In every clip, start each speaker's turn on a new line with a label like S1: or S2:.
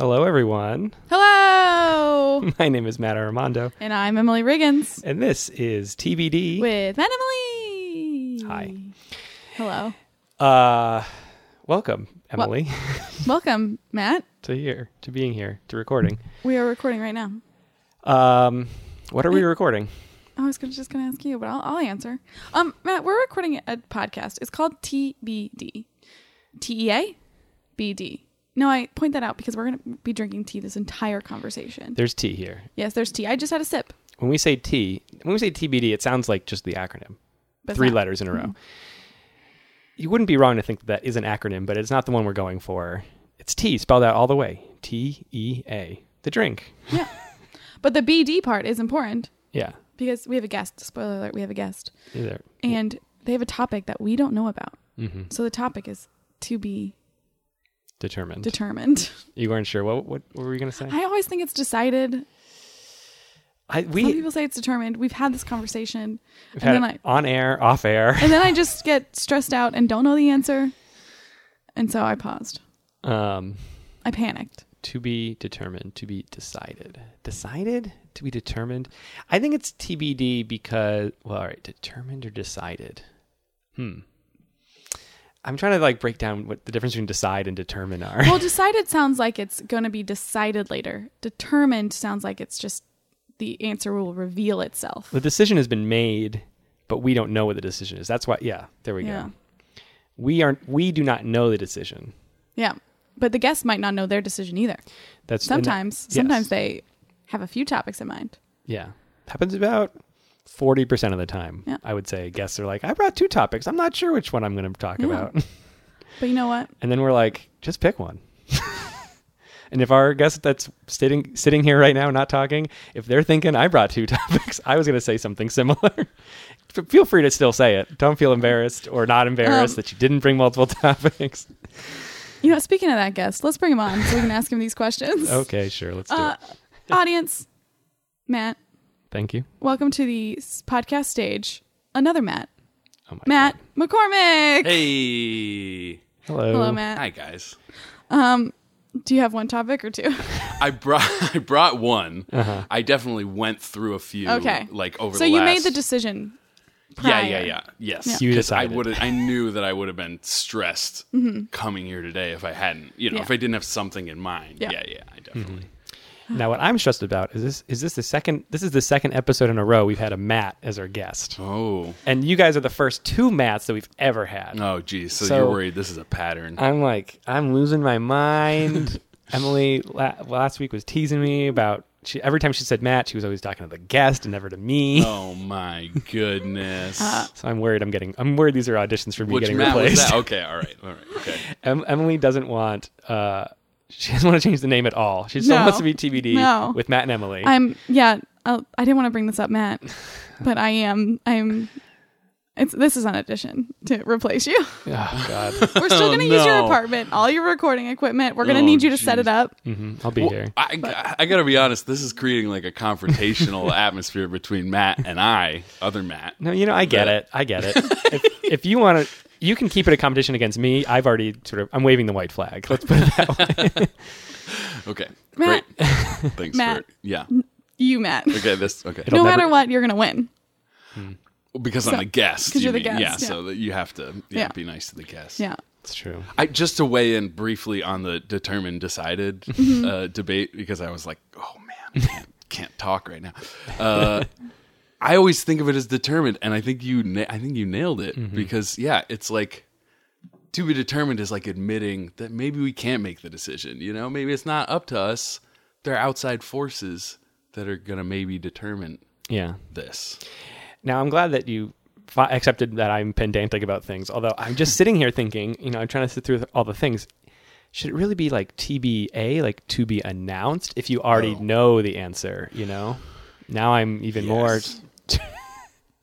S1: everyone.
S2: Hello.
S1: My name is Matt Armando,
S2: and I'm Emily Riggins
S1: and this is TBD.
S2: with Matt Emily.
S1: Hi.
S2: Hello.
S1: Uh, welcome, Emily,
S2: Welcome, Matt.
S1: to here, to being here, to recording.
S2: We are recording right now.
S1: Um, what are we recording?
S2: I was gonna, just going to ask you, but I'll, I'll answer. Um, Matt, we're recording a podcast. It's called TBD. T E A B D. No, I point that out because we're going to be drinking tea this entire conversation.
S1: There's T here.
S2: yes, there's tea. I just had a sip.
S1: When we say T, when we say TBD, it sounds like just the acronym,
S2: But it's
S1: three
S2: not.
S1: letters in a row. You wouldn't be wrong to think that, that is an acronym, but it's not the one we're going for. It's T spelled out all the way. T E A. The drink.
S2: Yeah. but the BD part is important
S1: Yeah.
S2: because we have a guest. Spoiler alert, we have a guest.
S1: Either.
S2: And they have a topic that we don't know about.
S1: hmm
S2: So the topic is to be
S1: Determined.
S2: determined.
S1: you weren't sure. What, what, what were you going to say?
S2: I always think it's decided.
S1: I,
S2: Some
S1: we
S2: people say it's determined. We've had this conversation,
S1: We've
S2: and
S1: had
S2: then
S1: it
S2: I
S1: on air, off air.
S2: and then I just get stressed out and don't know the answer, and so I paused.
S1: Um,
S2: I panicked.
S1: to be determined, to be decided, decided, to be determined. I think it's TBD because, well, all right, determined or decided. Hmm. I'm trying to like break down what the difference between decide and determine are.
S2: Well, decided sounds like it's going to be decided later. Determined sounds like it's just the answer will reveal itself.
S1: the decision has been made, but we don't know what the decision is. That's why, yeah, there we
S2: Yeah.
S1: go. We aren't, we do not know the decision.
S2: Yeah, but the guest might not know their decision either.
S1: That's and-
S2: Sometimes,
S1: yes.
S2: sometimes they have a few topics in mind.
S1: Yeah. Happens about 40% of the time.
S2: Yeah.
S1: I would say guests are like, I brought two topics. I'm not sure which one I'm going to talk
S2: Yeah.
S1: about.
S2: But you know what?
S1: And then we're like, just pick one. and if our guest that's sitting sitting here right now not talking, if they're thinking I brought two topics, I was going to say something similar. F- Feel free to still say it. Don't feel embarrassed or not embarrassed
S2: Um,
S1: that you didn't bring multiple topics.
S2: You know, speaking of that guest, let's bring him on so we can ask him these questions.
S1: okay, sure. Let's do
S2: Uh,
S1: it.
S2: audience, Matt,
S1: Thank you.
S2: welcome to the s- podcast stage. Another Matt,
S1: Oh my
S2: Matt McCormick.
S3: Hey.
S1: God. Hello.
S2: Hello, Matt.
S3: Hi guys.
S2: Um, do you have one topic or two?
S3: I brought I brought one.
S1: Uh-huh.
S3: I definitely went through a few
S2: Okay.
S3: like over
S2: so
S3: the
S2: you
S3: last
S2: made the decision.
S3: Yeah, yeah,
S2: prior.
S3: yeah. Yes.
S2: Yeah.
S1: You
S3: 'Cause
S1: decided.
S3: I would I knew that I would have been stressed coming here today if I hadn't, you know,
S2: Mm-hmm. Yeah.
S3: if I didn't have something in mind.
S2: Yeah.
S3: Yeah, yeah, I
S1: Mm-hmm.
S3: definitely.
S1: Now, what I'm stressed about is this: is this the second? This is the second episode in a row we've had a Matt as our guest,
S3: Oh.
S1: and you guys are the first two Matts that we've ever had.
S3: Oh geez. So,
S1: So-
S3: you're worried this is a pattern.
S1: I'm like, I'm losing my mind. Emily la- last week was teasing me about she, every time she said Matt, she was always talking to the guest and never to me.
S3: oh my goodness.
S2: Uh,
S1: So I'm worried. I'm getting. I'm worried these are auditions for me
S3: Which
S1: getting
S3: Matt was
S1: replaced.
S3: that? Okay, all right, all right, okay.
S1: Em- Emily doesn't want. Uh, she doesn't want to change the name at all. She still
S2: No.
S1: wants to be TBD
S2: No.
S1: with Matt and Emily.
S2: I'm. Yeah, I'll, I didn't want to bring this up, Matt, but I am. I'm. It's this is an addition to replace you.
S1: oh God,
S2: We're still going to use your
S3: no.
S2: apartment, all your recording equipment. We're going to
S3: Oh,
S2: need you to set
S3: jeez. Mm,
S2: it up.
S1: hmm I'll be
S3: Well,
S1: here.
S3: I, I, I gotta be honest. This is creating like a confrontational atmosphere between Matt and I, other Matt.
S1: No, you know, I get
S3: But-
S1: it. I get it. if, if you want to, you can keep it a competition against me. I've already sort of, I'm waving the white flag. Let's put it that way.
S3: Okay,
S2: Matt.
S3: great. Thanks
S2: Matt.
S3: for yeah.
S2: You, Matt.
S3: Okay, this okay
S1: It'll-
S2: No
S1: never-
S2: matter what, you're going to win.
S3: because
S2: So-
S3: I'm the guest.
S2: 'cause
S3: you
S2: you're the
S3: mean.
S2: guest,
S3: Yeah,
S2: yeah.
S3: so that you have to yeah,
S2: Yeah.
S3: be nice to the guest.
S2: Yeah.
S1: It's true.
S3: I just to weigh in briefly on the determined decided uh, debate because I was like, oh man, I can't, can't talk right now. Uh, I always think of it as determined, and I think you, na- I think you nailed it because yeah, it's like to be determined is like admitting that maybe we can't make the decision. You know, maybe it's not up to us. There are outside forces that are gonna maybe determine
S1: Yeah.
S3: this.
S1: Now I'm glad that you fi- accepted that I'm pedantic about things. Although I'm just sitting here thinking, you know, I'm trying to sit through all the things. Should it really be like TBA, like to be announced, if you already
S3: No.
S1: know the answer? You know. Now I'm even
S3: Yes.
S1: more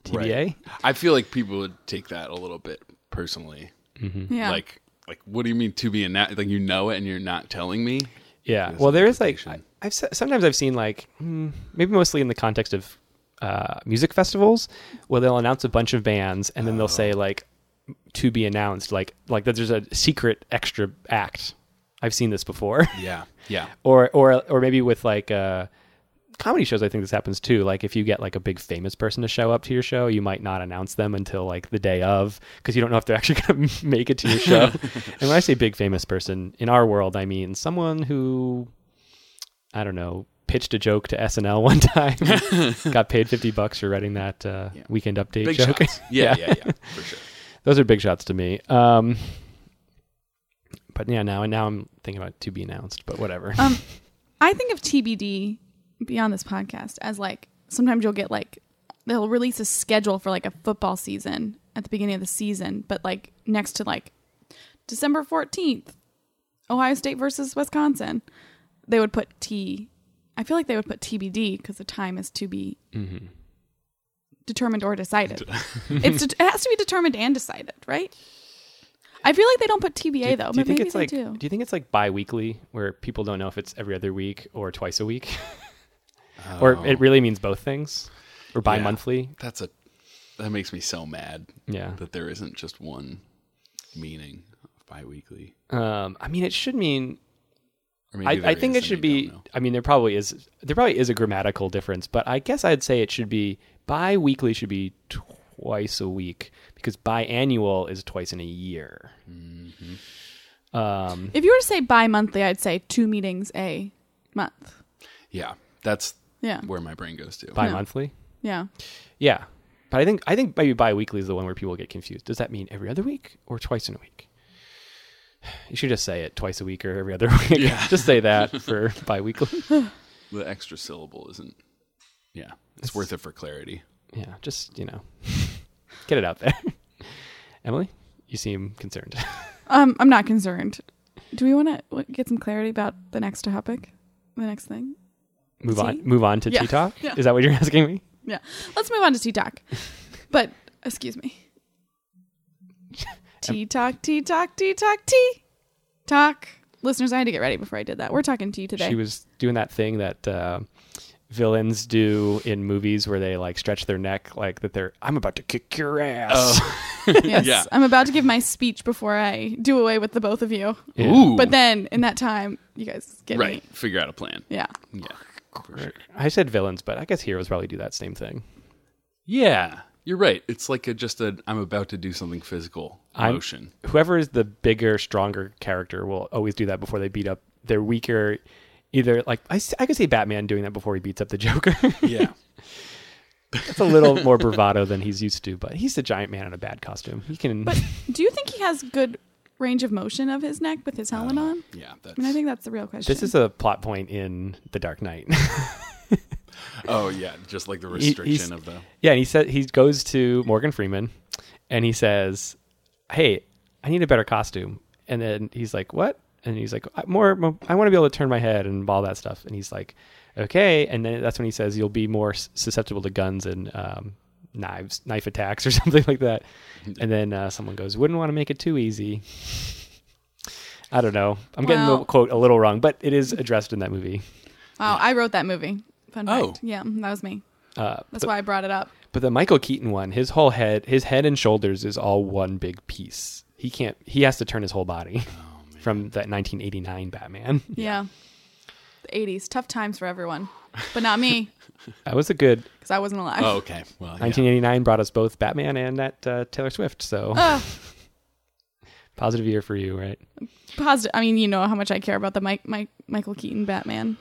S1: TBA.
S3: Right. I feel like people would take that a little bit personally.
S2: Yeah.
S3: Mm, like like what do you mean to be announced like you know it and you're not telling me
S1: Yeah.
S3: There's
S1: Well,
S3: an
S1: there is like I,
S3: implication.
S1: I've se- sometimes I've seen like hmm, maybe mostly in the context of uh, music festivals where they'll announce a bunch of bands and then they'll say like to be announced like like that there's a secret extra act I've seen this before.
S3: Yeah. Yeah.
S1: or or or maybe with like uh comedy shows i think this happens too like if you get like a big famous person to show up to your show you might not announce them until like the day of because you don't know if they're actually going to make it to your show and when i say big famous person in our world i mean someone who i don't know pitched a joke to snl one time got paid 50 bucks for writing that uh,
S3: Yeah.
S1: weekend update
S3: Big
S1: joke
S3: shots. Yeah, yeah, yeah, for sure.
S1: those are big shots to me um but yeah now now i'm thinking about to be announced but whatever
S3: Uh,
S2: Um, I think of TBD beyond this podcast as like sometimes you'll get like they'll release a schedule for like a football season at the beginning of the season, but like next to like December 14th, Ohio State versus Wisconsin, they would put T. I feel like they would put TBD because the time is to be
S1: Mm-hmm.
S2: determined or decided. it's det- it has to be determined and decided, right? I feel like they don't put TBA though, but
S1: you think
S2: maybe
S1: it's
S2: they
S1: like
S2: do.
S1: you think it's like bi-weekly where people don't know if it's every other week or twice a week or it really means both things or bi-monthly
S3: Oh, That's a that makes me so mad
S1: yeah,
S3: that there isn't just one meaning of biweekly.
S1: um i mean it should mean
S3: Or
S1: I,
S3: there
S1: I think it
S3: is and
S1: should
S3: we
S1: be
S3: don't know.
S1: i mean there probably is there probably is a grammatical difference but i guess i'd say it should be bi-weekly should be twice a week because biannual is twice in a year
S3: Mm-hmm.
S1: um
S2: If you were to say bi-monthly, I'd say two meetings a month.
S3: Yeah, that's
S2: Yeah.
S3: where my brain goes to.
S1: bi-monthly
S2: Yeah.
S1: Yeah. But I think I think maybe bi-weekly is the one where people get confused. Does that mean every other week or twice in a week? You should just say it twice a week or every other week. just say that for bi-weekly.
S3: The extra syllable isn't. Yeah, it's, worth it for clarity.
S1: Yeah, just, you know, get it out there. Emily, you seem concerned.
S2: Um, I'm not concerned. Do we want to get some clarity about the next topic? The next thing?
S1: Move
S2: Tea?
S1: on. Move on to
S2: Yeah.
S1: tea talk.
S2: Yeah.
S1: Is that what you're asking me?
S2: Yeah. Let's move on to tea talk. But, excuse me. Tea talk, tea talk, tea talk, tea talk. Listeners, I had to get ready before I did that. We're talking tea today.
S1: She was doing that thing that uh, villains do in movies where they like stretch their neck like that they're I'm about to kick your ass.
S2: yes.
S3: yeah.
S2: I'm about to give my speech before I do away with the both of you.
S1: Yeah.
S3: Ooh,
S2: But then, in that time, you guys get
S3: right,
S2: me.
S3: figure out a plan.
S2: Yeah.
S3: Yeah, for sure.
S1: I said villains, but I guess heroes probably do that same thing.
S3: yeah, you're right. It's like a, just a I'm about to do something physical
S1: I'm-
S3: motion.
S1: whoever is the bigger, stronger character will always do that before they beat up their weaker. Either like I, s- I could see Batman doing that before he beats up the Joker.
S3: Yeah,
S1: it's a little more bravado than he's used to, but he's the giant man in a bad costume. He can.
S2: But do you think he has good range of motion of his neck with his helmet on?
S3: yeah. That's,
S2: I mean, I think that's the real question.
S1: Uh, this is a plot point in The Dark Knight.
S3: oh yeah, just like the
S1: He- he's-
S3: restriction of the.
S1: yeah, and he said he goes to Morgan Freeman, and he says, "Hey, I need a better costume." And then he's like, "What?" And he's like, "I- "More, more I want to be able to turn my head and all that stuff." And he's like, "Okay." And then that's when he says, "You'll be more s- susceptible to guns and um, knives, knife attacks, or something like that." And then uh, someone goes, "Wouldn't want to make it too easy." I don't know. I'm getting the
S2: Well-
S1: quote a little wrong, but it is addressed in that movie.
S2: wow, Oh, I wrote that movie. Fun
S3: Oh.
S2: fact. Yeah, mm, that was me.
S1: Uh,
S2: That's why I brought it up.
S1: But the Michael Keaton one, his whole head, his head and shoulders is all one big piece. He can't. He has to turn his whole body
S3: Oh,
S1: from that 1989 Batman.
S2: Yeah. The 80s, tough times for everyone, but not me
S1: That was a good
S2: because I wasn't alive.
S3: Oh, okay. Well, yeah.
S1: 1989. Brought us both Batman and that uh, Taylor Swift. So
S2: Ugh.
S1: positive year for you, right?
S2: positive. I mean, you know how much I care about the Mike, Mike Michael Keaton Batman.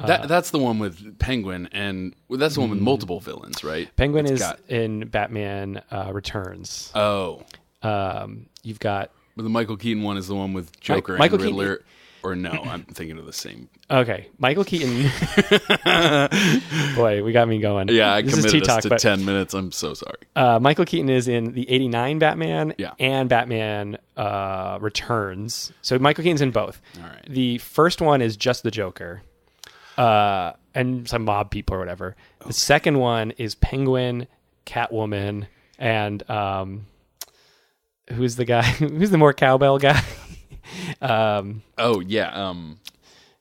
S1: uh,
S3: That, that's the one with Penguin, and well, that's the one with multiple villains, right?
S1: Mm-hmm. Penguin
S3: It's
S1: is
S3: got-
S1: in Batman uh, Returns.
S3: oh,
S1: Um, you've got
S3: but the Michael Keaton one is the one with Joker
S1: Michael
S3: and
S1: Keaton-
S3: Riddler. Or no, I'm thinking of the same.
S1: okay, Michael Keaton. Boy, we got me going.
S3: Yeah, I
S1: This is
S3: committed
S1: T-Talk,
S3: us to
S1: but-
S3: ten minutes. I'm so sorry.
S1: uh, Michael Keaton is in the '89 Batman
S3: Yeah.
S1: and Batman uh, Returns. So Michael Keaton's in both.
S3: All right.
S1: The first one is just the Joker uh, and some mob people or whatever. The second one is Penguin, Catwoman, and um, who's the guy? who's the more cowbell guy? um,
S3: Oh yeah, um,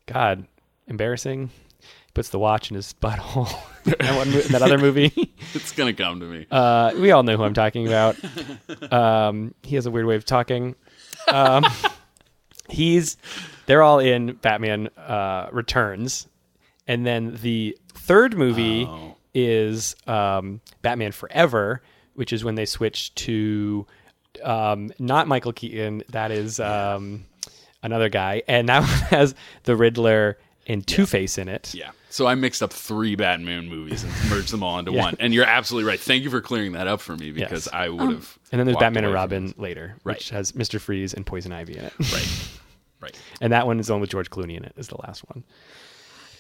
S1: God, embarrassing. He puts the watch in his butthole. that, one, mo- that other movie.
S3: it's gonna come to me.
S1: Uh, we all know who I'm talking about. Um, he has a weird way of talking. Um, he's they're all in Batman uh, Returns, and then the third movie
S3: Oh.
S1: is um, Batman Forever, which is when they switch to um, not Michael Keaton. That is um, another guy, and that one has the Riddler and Two Face in it.
S3: Yeah. So I mixed up three Batman movies and merged them all into one. And you're absolutely right. Thank you for clearing that up for me because
S1: Yes. Um,
S3: I would have.
S1: And then there's
S3: walked
S1: Batman and
S3: away from
S1: Robin later,
S3: Right.
S1: which has Mr. Freeze and Poison Ivy in it.
S3: it. Right. Right.
S1: And that one is the one with George Clooney in it, is the last one.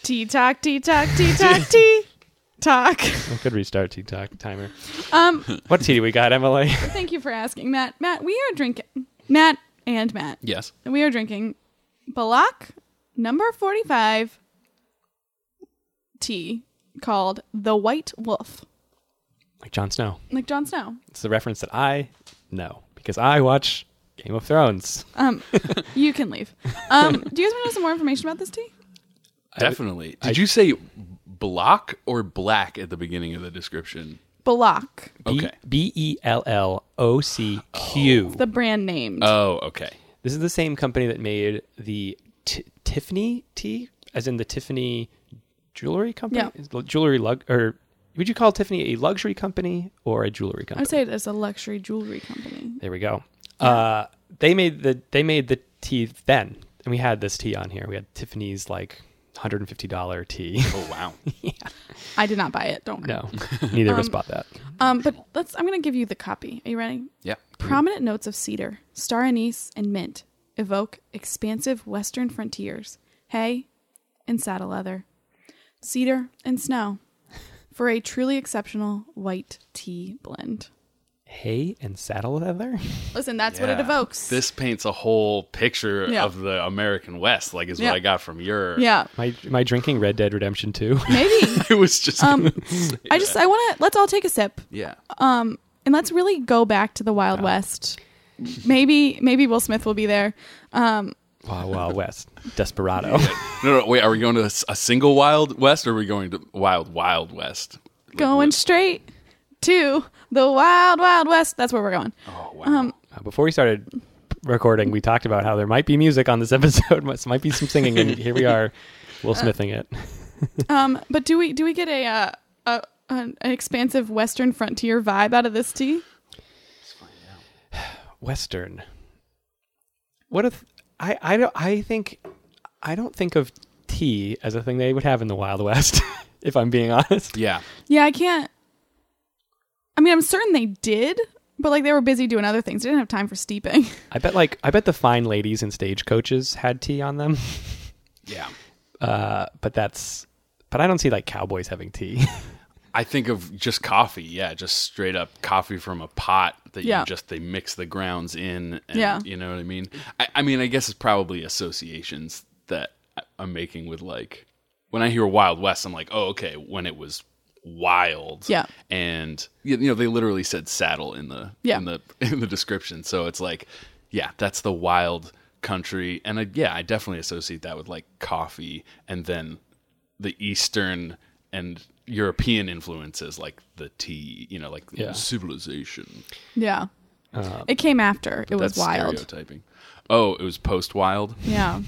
S2: Tea talk, tea talk, tea talk, tea talk.
S1: I could restart TikTok timer.
S2: Um,
S1: What tea do we got, Emily?
S2: thank you for asking, Matt. Matt, we are drinking. Matt and Matt,
S3: Yes.
S2: we are drinking Balak number forty-five tea called the White Wolf,
S1: like Jon Snow.
S2: like Jon Snow.
S1: It's the reference that I know because I watch Game of Thrones.
S2: Um, you can leave. Um, do you guys want to know some more information about this tea?
S3: Definitely. Did you say block or black at the beginning of the description?
S2: Balak,
S1: B-
S3: Okay.
S1: B E L L O C Q.
S2: the brand name.
S3: Oh, okay.
S1: This is the same company that made the t- Tiffany tea, as in the Tiffany jewelry company.
S2: Yeah.
S1: Is the Jewelry lug or would you call Tiffany a luxury company or a jewelry
S2: I
S1: company?
S2: would say it is a luxury jewelry company.
S1: There we go. Uh, they made the they made the tea then, and we had this tea on here. We had Tiffany's like hundred and fifty dollar tea.
S3: Oh, wow.
S2: I did not buy it. Don't worry.
S1: no, neither of us bought that.
S2: Um, but let's. I'm gonna give you the copy. Are you ready?
S3: Yeah.
S2: Prominent notes of cedar, star anise, and mint evoke expansive western frontiers, hay and saddle leather, cedar and snow, for a truly exceptional white tea blend.
S1: Hay and saddle leather.
S2: Listen, that's what it
S3: Yeah.
S2: evokes.
S3: This paints a whole picture
S2: Yeah.
S3: of the American West, like is
S2: Yeah.
S3: what I got from your.
S2: yeah,
S1: My my drinking Red Dead Redemption Two.
S2: maybe.
S3: I was just.
S2: Um, I just I want to let's all take a sip
S3: yeah.
S2: Um, and let's really go back to the Wild West. Maybe maybe Will Smith will be there. Um,
S1: Wow, wow, West Desperado.
S3: No, no, wait. Are we going to a, s- a single Wild West or are we going to Wild Wild West?
S2: going straight to the Wild Wild West. That's where we're going.
S3: Oh, wow.
S1: Uh, Before we started recording, we talked about how there might be music on this episode. Must- might be some singing, and here we are, Will Smithing it.
S2: Um, but do we do we get a uh, a an, an expansive Western frontier vibe out of this tea?
S1: Western. What if I I don't I think I don't think of tea as a thing they would have in the Wild West. if I'm being honest,
S3: yeah.
S2: Yeah, I can't. I mean, I'm certain they did, but like they were busy doing other things. They didn't have time for steeping.
S1: I bet like I bet the fine ladies in stagecoaches had tea on them.
S3: Yeah.
S1: Uh, but that's but I don't see like cowboys having tea.
S3: I think of just coffee, yeah, just straight up coffee from a pot that
S2: Yeah.
S3: you just they mix the grounds in, and,
S2: Yeah.
S3: you know what I mean. I, I mean, I guess it's probably associations that I- I'm making with like when I hear Wild West, I'm like, oh, okay, when it was wild,
S2: Yeah.
S3: and you you know they literally said saddle in the
S2: Yeah.
S3: in the in the description, so it's like, yeah, that's the wild country, and I, yeah, I definitely associate that with like coffee, and then the Eastern and European influences, like the tea, you know, like
S1: Yeah.
S3: civilization.
S2: yeah, it came after. It was
S3: Uh, That's
S2: wild.
S3: stereotyping. Oh, it was post wild.
S2: Yeah,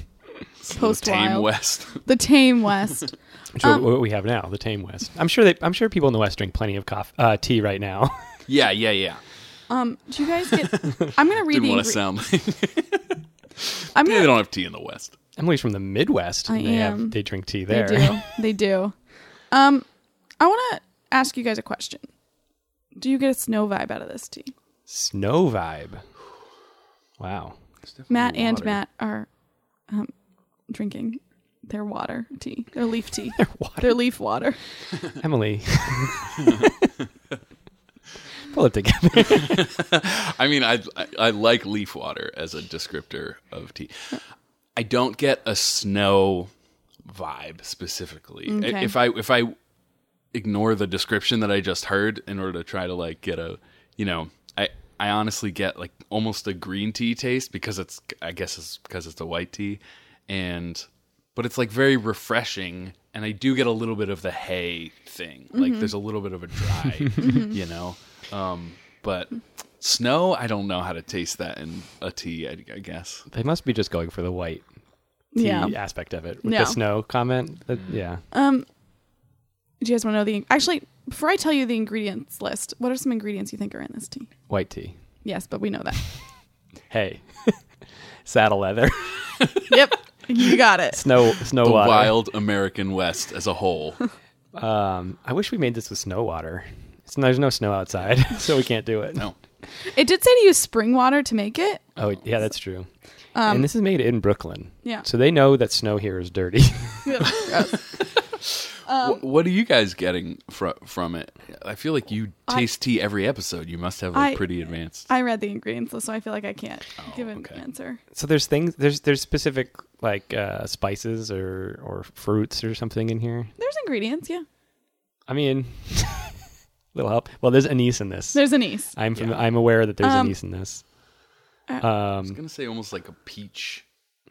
S2: post
S3: Tame
S2: wild.
S3: West.
S2: The tame West.
S1: Which is
S2: Oh.
S1: what we have now, the tame West. I'm sure they I'm sure people in the West drink plenty of coffee uh, tea right now.
S3: yeah, yeah, yeah.
S2: Um, do you guys get? I'm gonna read the.
S3: Didn't want
S2: ingre-
S3: to sound like
S2: I'm
S3: they
S2: gonna.
S3: don't have tea in the West.
S1: Emily's from the Midwest.
S2: I
S1: and they
S2: am.
S1: they drink tea
S2: They
S1: there.
S2: do. They do. Um, I want to ask you guys a question. Do you get a snow vibe out of this tea?
S1: Snow vibe. Wow.
S2: Matt and Matt are um, drinking their water tea, their leaf tea, their,
S1: Water.
S2: leaf water.
S1: Emily. Pull it together.
S3: I mean, I, I I like leaf water as a descriptor of tea. I don't get a snow vibe specifically. I-
S2: Okay.
S3: If I if I ignore the description that I just heard in order to try to like get a you know I I honestly get like almost a green tea taste because it's I guess it's because it's a white tea and but it's like very refreshing and I do get a little bit of the hay thing like there's a little bit of a dry you know um but Snow, I don't know how to taste that in a tea, I, I guess.
S1: They must be just going for the white tea
S2: Yeah.
S1: aspect of it with
S2: Yeah.
S1: the snow comment.
S3: Mm.
S1: That- yeah.
S2: Um, do you guys want to know the actually? Before I tell you the ingredients list, what are some ingredients you think are in this tea?
S1: White tea.
S2: Yes, but we know that.
S1: Hey. Saddle leather.
S2: yep, you got it.
S1: Snow snow
S3: The
S1: water.
S3: wild American West as a whole.
S1: Um I wish we made this with snow water. It's, there's no snow outside, so we can't do it.
S3: No.
S2: It did say to use spring water to make it.
S1: Oh yeah, that's true.
S2: Um,
S1: and this is made in Brooklyn.
S2: Yeah.
S1: So they know that snow here is dirty.
S2: Um,
S3: Wh- what are you guys getting fr- from it? I feel like you
S2: I-
S3: taste tea every episode. You must have like
S2: I-
S3: pretty advanced.
S2: I read the ingredients list, so I feel like I can't give an
S3: Oh, okay.
S2: answer.
S1: so there's things there's there's specific like uh spices or or fruits or something in here.
S2: There's ingredients, yeah.
S1: I mean little help. Well there's anise in this.
S2: There's anise.
S1: I'm fam- I'm aware that there's
S2: Um, uh,
S1: anise in this. Um,
S3: I was gonna say almost like a peach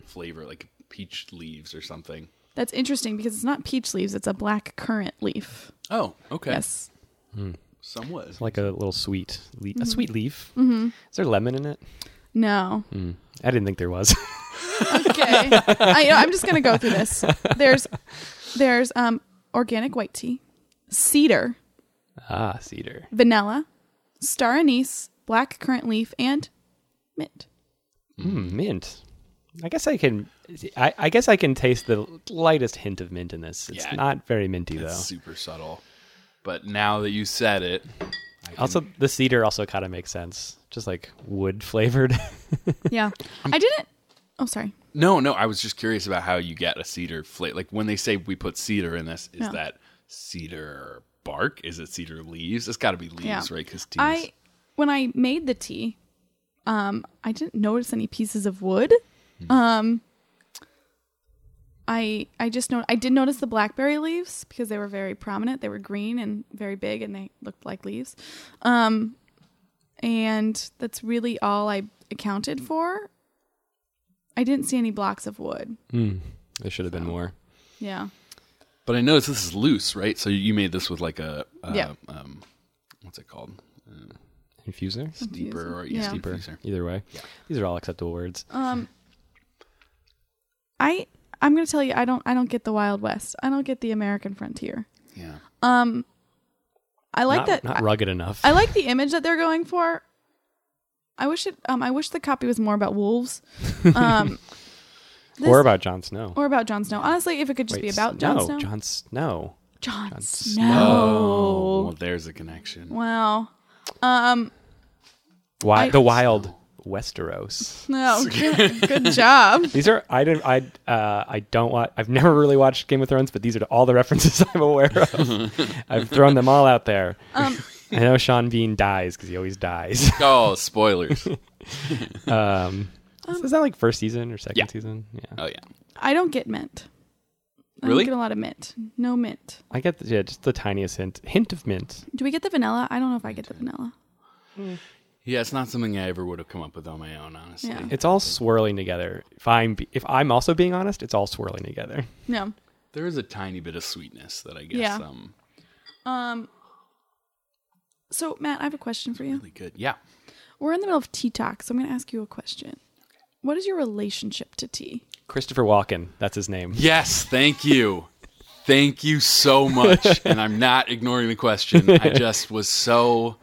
S3: flavor, like peach leaves or something.
S2: That's interesting because it's not peach leaves; it's a black currant leaf.
S3: Oh, okay.
S2: Yes,
S3: Somewhat.
S1: like a little sweet, le- a sweet leaf. Mm-hmm. Is there lemon in it?
S2: no.
S3: Hmm.
S1: I didn't think there was.
S2: Okay, I, I'm just gonna go through this. There's, there's um organic white tea, cedar,
S1: ah, cedar.
S2: vanilla, star anise, black currant leaf, and mint.
S1: Mm, mint. I guess I can. I, I guess I can taste the lightest hint of mint in this. It's
S3: Yeah.
S1: not very minty though.
S3: It's super subtle. But now that you said it,
S1: Also, the cedar also kind of makes sense. Just like wood flavored.
S2: Yeah, I didn't. Oh, sorry.
S3: no, no, I was just curious about how you get a cedar flavor. Like when they say we put cedar in this, is
S2: Yeah.
S3: that cedar bark? Is it cedar leaves? It's got to be leaves,
S2: Yeah.
S3: right? Because teas.
S2: I when I made the tea, um, I didn't notice any pieces of wood. Um, I I just know I did notice the blackberry leaves because they were very prominent. They were green and very big, and they looked like leaves. Um, and that's really all I accounted for. I didn't see any blocks of wood.
S1: there should have been more.
S2: Yeah,
S3: But I noticed this is loose, right? So you made this with like a uh,
S2: Yeah.
S3: um, what's it called? Uh,
S1: Infuser.
S3: steeper or
S2: Yeah.
S3: yeah.
S1: Deeper.
S3: infuser.
S2: Hmm.
S1: Either way, these are all acceptable words.
S2: Um, I I'm gonna tell you I don't I don't get the Wild West. I don't get the American frontier.
S3: Yeah.
S2: Um, I like
S1: not,
S2: that.
S1: Not
S2: I-
S1: rugged enough.
S2: I, like the image that they're going for. I wish it. Um, I wish the copy was more about wolves. Um, this-
S1: or about Jon Snow.
S2: or about Jon Snow. Honestly, if it could just be
S1: Wait,
S2: about Jon
S1: no,
S2: Snow.
S1: Jon Snow.
S2: Jon
S1: Snow.
S3: Oh, well,
S2: Snow.
S3: there's a connection.
S2: Wow. Um.
S1: Why
S2: I-
S1: the wild Westeros?
S2: No. Good, good job.
S1: These are I don't I uh, I don't watch. I've never really watched Game of Thrones, but these are all the references I'm aware of. I've thrown them all out there.
S2: Um.
S1: I know Sean Bean dies because he always dies.
S3: Oh, spoilers.
S1: Um, is that like first season or second
S3: Yeah.
S1: season? Yeah,
S3: oh yeah.
S2: I don't get mint. I
S3: Really?
S2: don't get a lot of mint. No mint.
S1: I get the, yeah just the tiniest hint hint of mint.
S2: Do we get the vanilla? I don't know if I get the vanilla.
S3: Yeah, it's not something I ever would have come up with on my own, honestly.
S2: Yeah.
S1: It's all swirling together. If I'm be- if I'm also being honest, it's all swirling together.
S2: No.
S3: There is a tiny bit of sweetness that I guess
S2: Yeah.
S3: um
S2: Um. So Matt, I have a question for you.
S3: really good. Yeah.
S2: We're in the middle of tea talk, so I'm going to ask you a question. What is your relationship to tea?
S1: Christopher Walken, that's his name.
S3: Yes, thank you. thank you so much. And I'm not ignoring the question. I just was so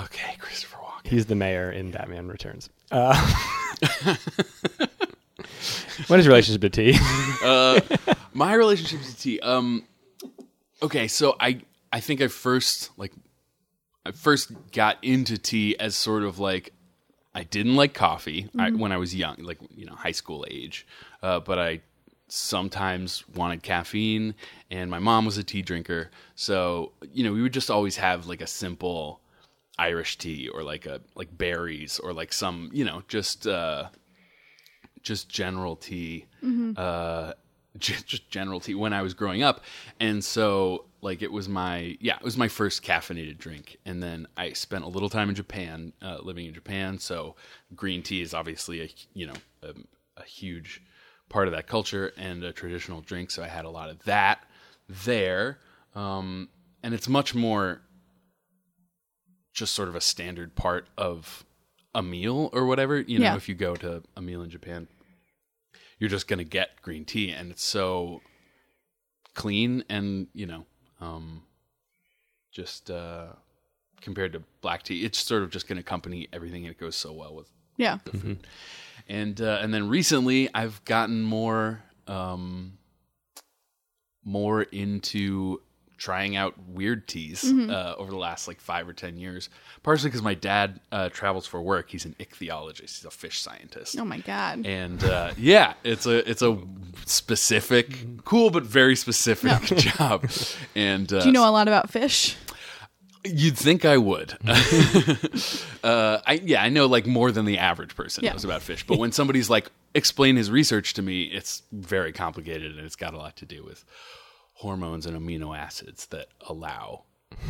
S3: Okay, Christopher Walken.
S1: He's the mayor in Batman Returns. Uh, what is your relationship to tea?
S3: my relationship to tea um okay so i i think i first like i first got into tea as sort of like i didn't like coffee I, when i was young like you know high school age uh, but i sometimes wanted caffeine and my mom was a tea drinker so you know we would just always have like a simple irish tea or like a like berries or like some you know just uh just general tea uh j- just general tea when I was growing up. And so like it was my yeah, it was my first caffeinated drink. And then I spent a little time in Japan, uh, living in Japan, so green tea is obviously a you know a, a huge part of that culture and a traditional drink, so I had a lot of that there. Um and it's much more just sort of a standard part of a meal or whatever. You know,
S2: Yeah.
S3: if you go to a meal in Japan, you're just going to get green tea, and it's so clean and you know, um, just uh, compared to black tea, it's sort of just going to accompany everything, and it goes so well with
S2: Yeah.
S3: and uh, and then recently I've gotten more um, more into trying out weird teas uh, over the last like five or ten years, partially because my dad uh, travels for work. He's an ichthyologist. He's a fish scientist.
S2: Oh my god.
S3: And uh, yeah, it's a it's a specific, cool but very specific job. And uh,
S2: Do you know a lot about fish?
S3: You'd think I would. uh, I yeah, I know like more than the average person
S2: Yeah.
S3: knows about fish. But when somebody's like explain his research to me, it's very complicated and it's got a lot to do with hormones and amino acids that allow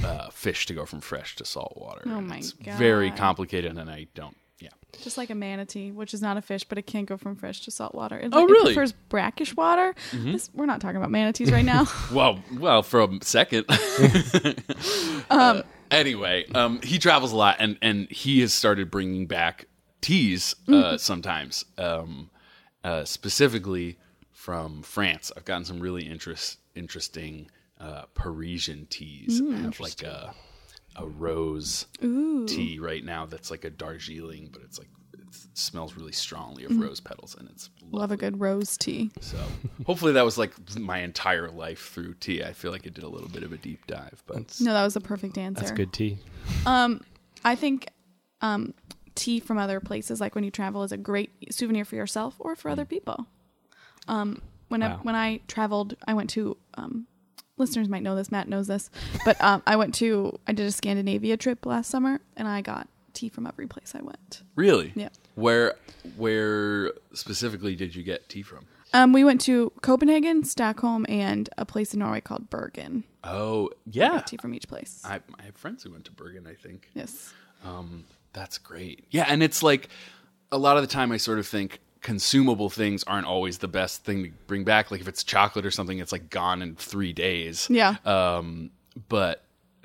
S3: uh, fish to go from fresh to salt water.
S2: Oh
S3: And
S2: my
S3: it's Very
S2: God.
S3: complicated, and I don't. Yeah.
S2: Just like a manatee, which is not a fish, but it can go from fresh to salt water. It,
S3: Oh,
S2: it
S3: really? Mm-hmm.
S2: prefers brackish water. This, we're not talking about manatees right now.
S3: Well, well, for a second. Uh, anyway, um, he travels a lot, and and he has started bringing back teas uh, sometimes, um, uh, specifically from France. I've gotten some really interest interesting uh, Parisian teas. I have like a a rose tea right now that's like a Darjeeling, but it's like it smells really strongly of rose petals, and it's
S2: Love a good rose tea.
S3: so hopefully that was like my entire life through tea. I feel like it did a little bit of a deep dive, but
S2: No, that was the perfect answer.
S1: That's good tea.
S2: I think um, tea from other places, like when you travel, is a great souvenir for yourself or for
S3: Mm.
S2: other people. Um, when I,
S1: Wow.
S2: when I traveled, I went to um, listeners might know this. Matt knows this, but um, I went to I did a Scandinavia trip last summer, and I got tea from every place I went.
S3: really,
S2: Yeah.
S3: Where where specifically did you get tea from?
S2: Um, we went to Copenhagen, Stockholm, and a place in Norway called Bergen.
S3: Oh
S2: Got
S3: yeah,
S2: Tea from each place.
S3: I, I have friends who went to Bergen. I think
S2: yes.
S3: um, that's great. Yeah, and it's like a lot of the time I sort of think consumable things aren't always the best thing to bring back. Like if it's chocolate or something, it's like gone in three days.
S2: Yeah.
S3: Um, but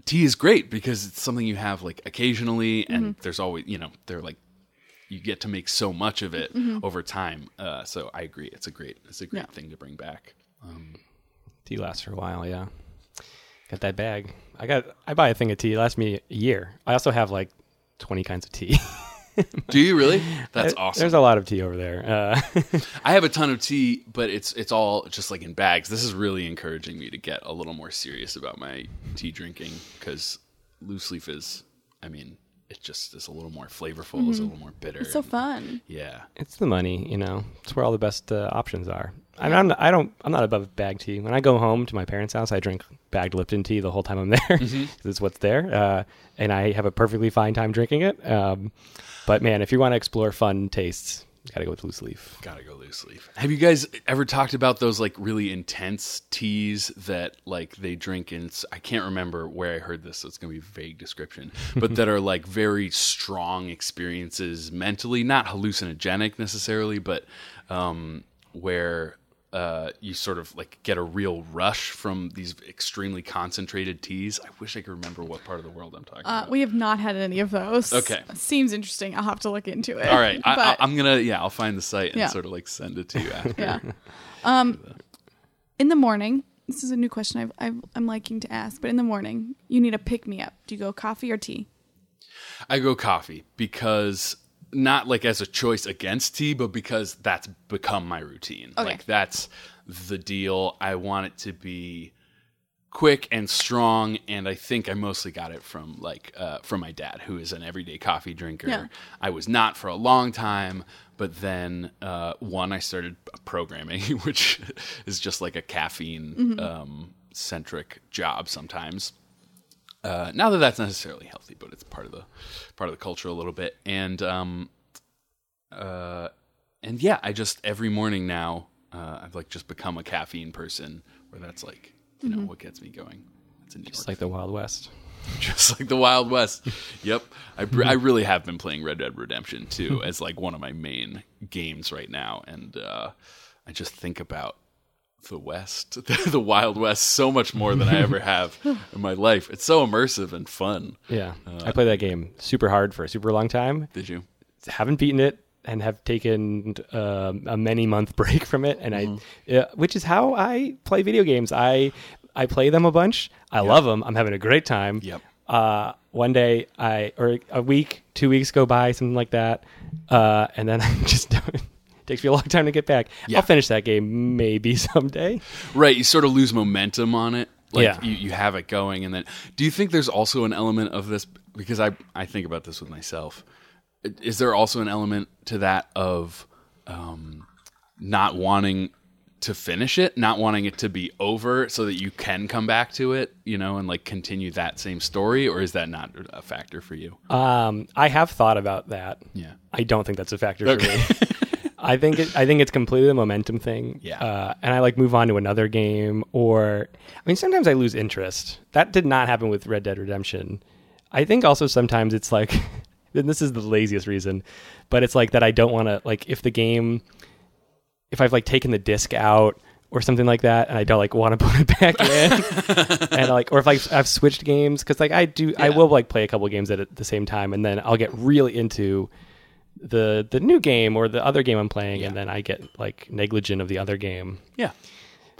S3: tea is great because it's something you have like occasionally, and
S2: Mm-hmm.
S3: there's always, you know, they're like you get to make so much of it over time. Uh, so I agree, it's a great, it's a great
S2: Mm-hmm. Yeah.
S3: thing to bring back.
S1: Tea lasts for a while, yeah. Got that bag. I got. I buy a thing of tea. It lasts me a year. I also have like twenty kinds of tea.
S3: Do you really? That's awesome.
S1: There's a lot of tea over there. Uh,
S3: I have a ton of tea, but it's it's all just like in bags. This is really encouraging me to get a little more serious about my tea drinking because loose leaf is, I mean, it just is a little more flavorful, is a little more bitter.
S2: Mm-hmm. It's so fun.
S3: yeah,
S1: it's the money, you know. It's where all the best uh, options are. I'm not, I don't. I'm not above bag tea. When I go home to my parents' house, I drink bagged Lipton tea the whole time I'm there. 'cause it's what's there, uh, and I have a perfectly fine time drinking it. Um, but man, if you want to explore fun tastes, you gotta go with loose leaf.
S3: gotta go loose leaf. Have you guys ever talked about those like really intense teas that like they drink in? s- I can't remember where I heard this, so it's gonna be a vague description, but that are like very strong experiences mentally, not hallucinogenic necessarily, but um, where uh, you sort of like get a real rush from these extremely concentrated teas. I wish I could remember what part of the world I'm talking
S2: Uh,
S3: about.
S2: we have not had any of those.
S3: Okay.
S2: Seems interesting. I'll have to look into it.
S3: All right, I, I,
S2: But-
S3: I'm gonna yeah, I'll find the site and
S2: Yeah.
S3: sort of like send it to you after.
S2: yeah. Um, in the morning, this is a new question I've, I've, I'm liking to ask, but in the morning, you need a pick me up. Do you go coffee or tea?
S3: I go coffee because not like as a choice against tea, but because that's become my routine.
S2: Okay.
S3: Like that's the deal. I want it to be quick and strong, and I think I mostly got it from like uh, from my dad, who is an everyday coffee drinker.
S2: Yeah.
S3: I was not for a long time, but then uh, one, I started programming, which is just like a caffeine
S2: Mm-hmm.
S3: um, centric job sometimes. Uh, not that that's necessarily healthy, but it's part of the part of the culture a little bit. And um, uh, and yeah, I just every morning now uh, I've like just become a caffeine person, where that's like you know what gets me going. It's in New
S1: It's
S3: York.
S1: like the Wild West.
S3: just like the Wild West. yep, I br- I really have been playing Red Dead Redemption too as like one of my main games right now, and uh, I just think about the West, the Wild West, so much more than I ever have in my life. It's so immersive and fun.
S1: Yeah. I played that game super hard for a super long time.
S3: Did you?
S1: Haven't beaten it and have taken um, a many month break from it. And
S3: Mm-hmm.
S1: I, yeah, which is how I play video games. I, I play them a bunch. I love 'em. love them. I'm having a great time.
S3: Yep.
S1: Uh, one day I, or a week, two weeks go by, something like that. Uh, and then I just don't, takes me a long time to get back.
S3: Yeah.
S1: I'll finish that game maybe someday.
S3: Right, you sort of lose momentum on it. Like
S1: Yeah.
S3: you, you have it going and then do you think there's also an element of this because I I think about this with myself. Is there also an element to that of um not wanting to finish it, not wanting it to be over so that you can come back to it, you know, and like continue that same story or is that not a factor for you?
S1: Um, I have thought about that.
S3: Yeah.
S1: I don't think that's a factor for me. I think it, I think it's completely the momentum thing.
S3: Yeah.
S1: Uh, and I like move on to another game, or I mean, sometimes I lose interest. That did not happen with Red Dead Redemption. I think also sometimes it's like, and this is the laziest reason, but it's like that I don't want to like if the game, if I've like taken the disc out or something like that, and I don't like want to put it back in, and like or if like I've switched games because like I do I will like play a couple games at the same time, and then I'll get really into the the new game or the other game I'm playing, and then I get like negligent of the other game.
S3: Yeah.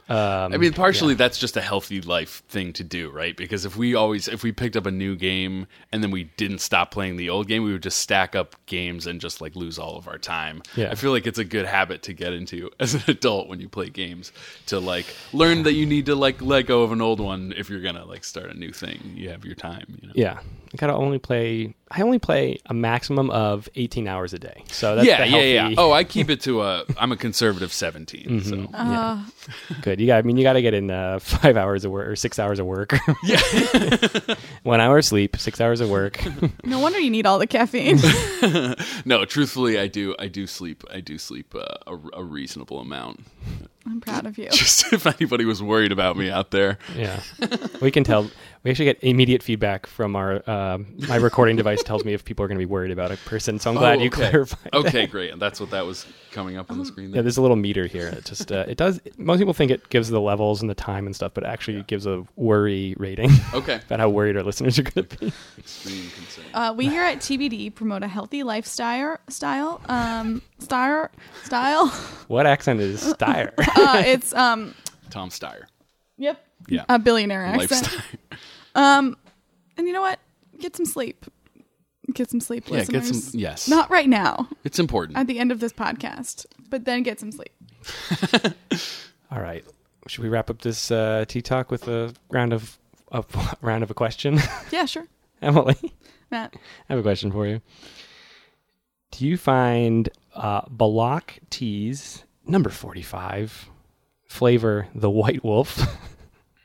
S1: Um,
S3: I mean, partially that's just a healthy life thing to do, right? Because if we always if we picked up a new game and then we didn't stop playing the old game, we would just stack up games and just like lose all of our time.
S1: Yeah.
S3: I feel like it's a good habit to get into as an adult when you play games to like learn that you need to like let go of an old one if you're gonna like start a new thing. You have your time, you know.
S1: yeah, I gotta only play. I only play a maximum of 18 hours a day. So that's
S3: yeah,
S1: the
S3: yeah,
S1: healthy, Mm-hmm.
S3: yeah. Oh, I keep it to a. I'm a conservative 17. So
S2: Uh,
S1: good. You got. I mean, you gotta get in uh, five hours of work or six hours of work. yeah, one hour of sleep, six hours of work.
S2: No wonder you need all the caffeine.
S3: no, truthfully, I do. I do sleep. I do sleep uh, a, a reasonable amount.
S2: I'm proud of you.
S3: just if anybody was worried about me out there.
S1: Yeah, we can tell. We actually get immediate feedback from our. um my recording device tells me if people are going to be worried about a person. So I'm glad
S3: Oh,
S1: you
S3: okay.
S1: clarified. that.
S3: Okay, great. And that's what that was coming up on the screen.
S1: Yeah,
S3: There.
S1: there's a little meter here. It just uh, it does. Most people think it gives the levels and the time and stuff, but it actually gives a worry rating
S3: Okay.
S1: about how worried our listeners are going to be.
S3: Extreme concern.
S2: Uh, we here at TBD promote a healthy lifestyle style um style style.
S1: What accent is Styre?
S2: Uh, it's um
S3: Tom Steyer.
S2: yep
S3: Yeah.
S2: a billionaire accent.
S3: Lifestyle.
S2: And you know what? Get some sleep. Get some sleep,
S3: Yeah, get
S2: listeners.
S3: some. Yes.
S2: Not right now
S3: it's important.
S2: at the end of this podcast, but then get some sleep.
S1: All right, should we wrap up this uh, tea talk with a round of a round of a question,
S2: Yeah, sure.
S1: Emily?
S2: Matt,
S1: I have a question for you. Do you find uh, Balak teas number forty-five flavor the White Wolf?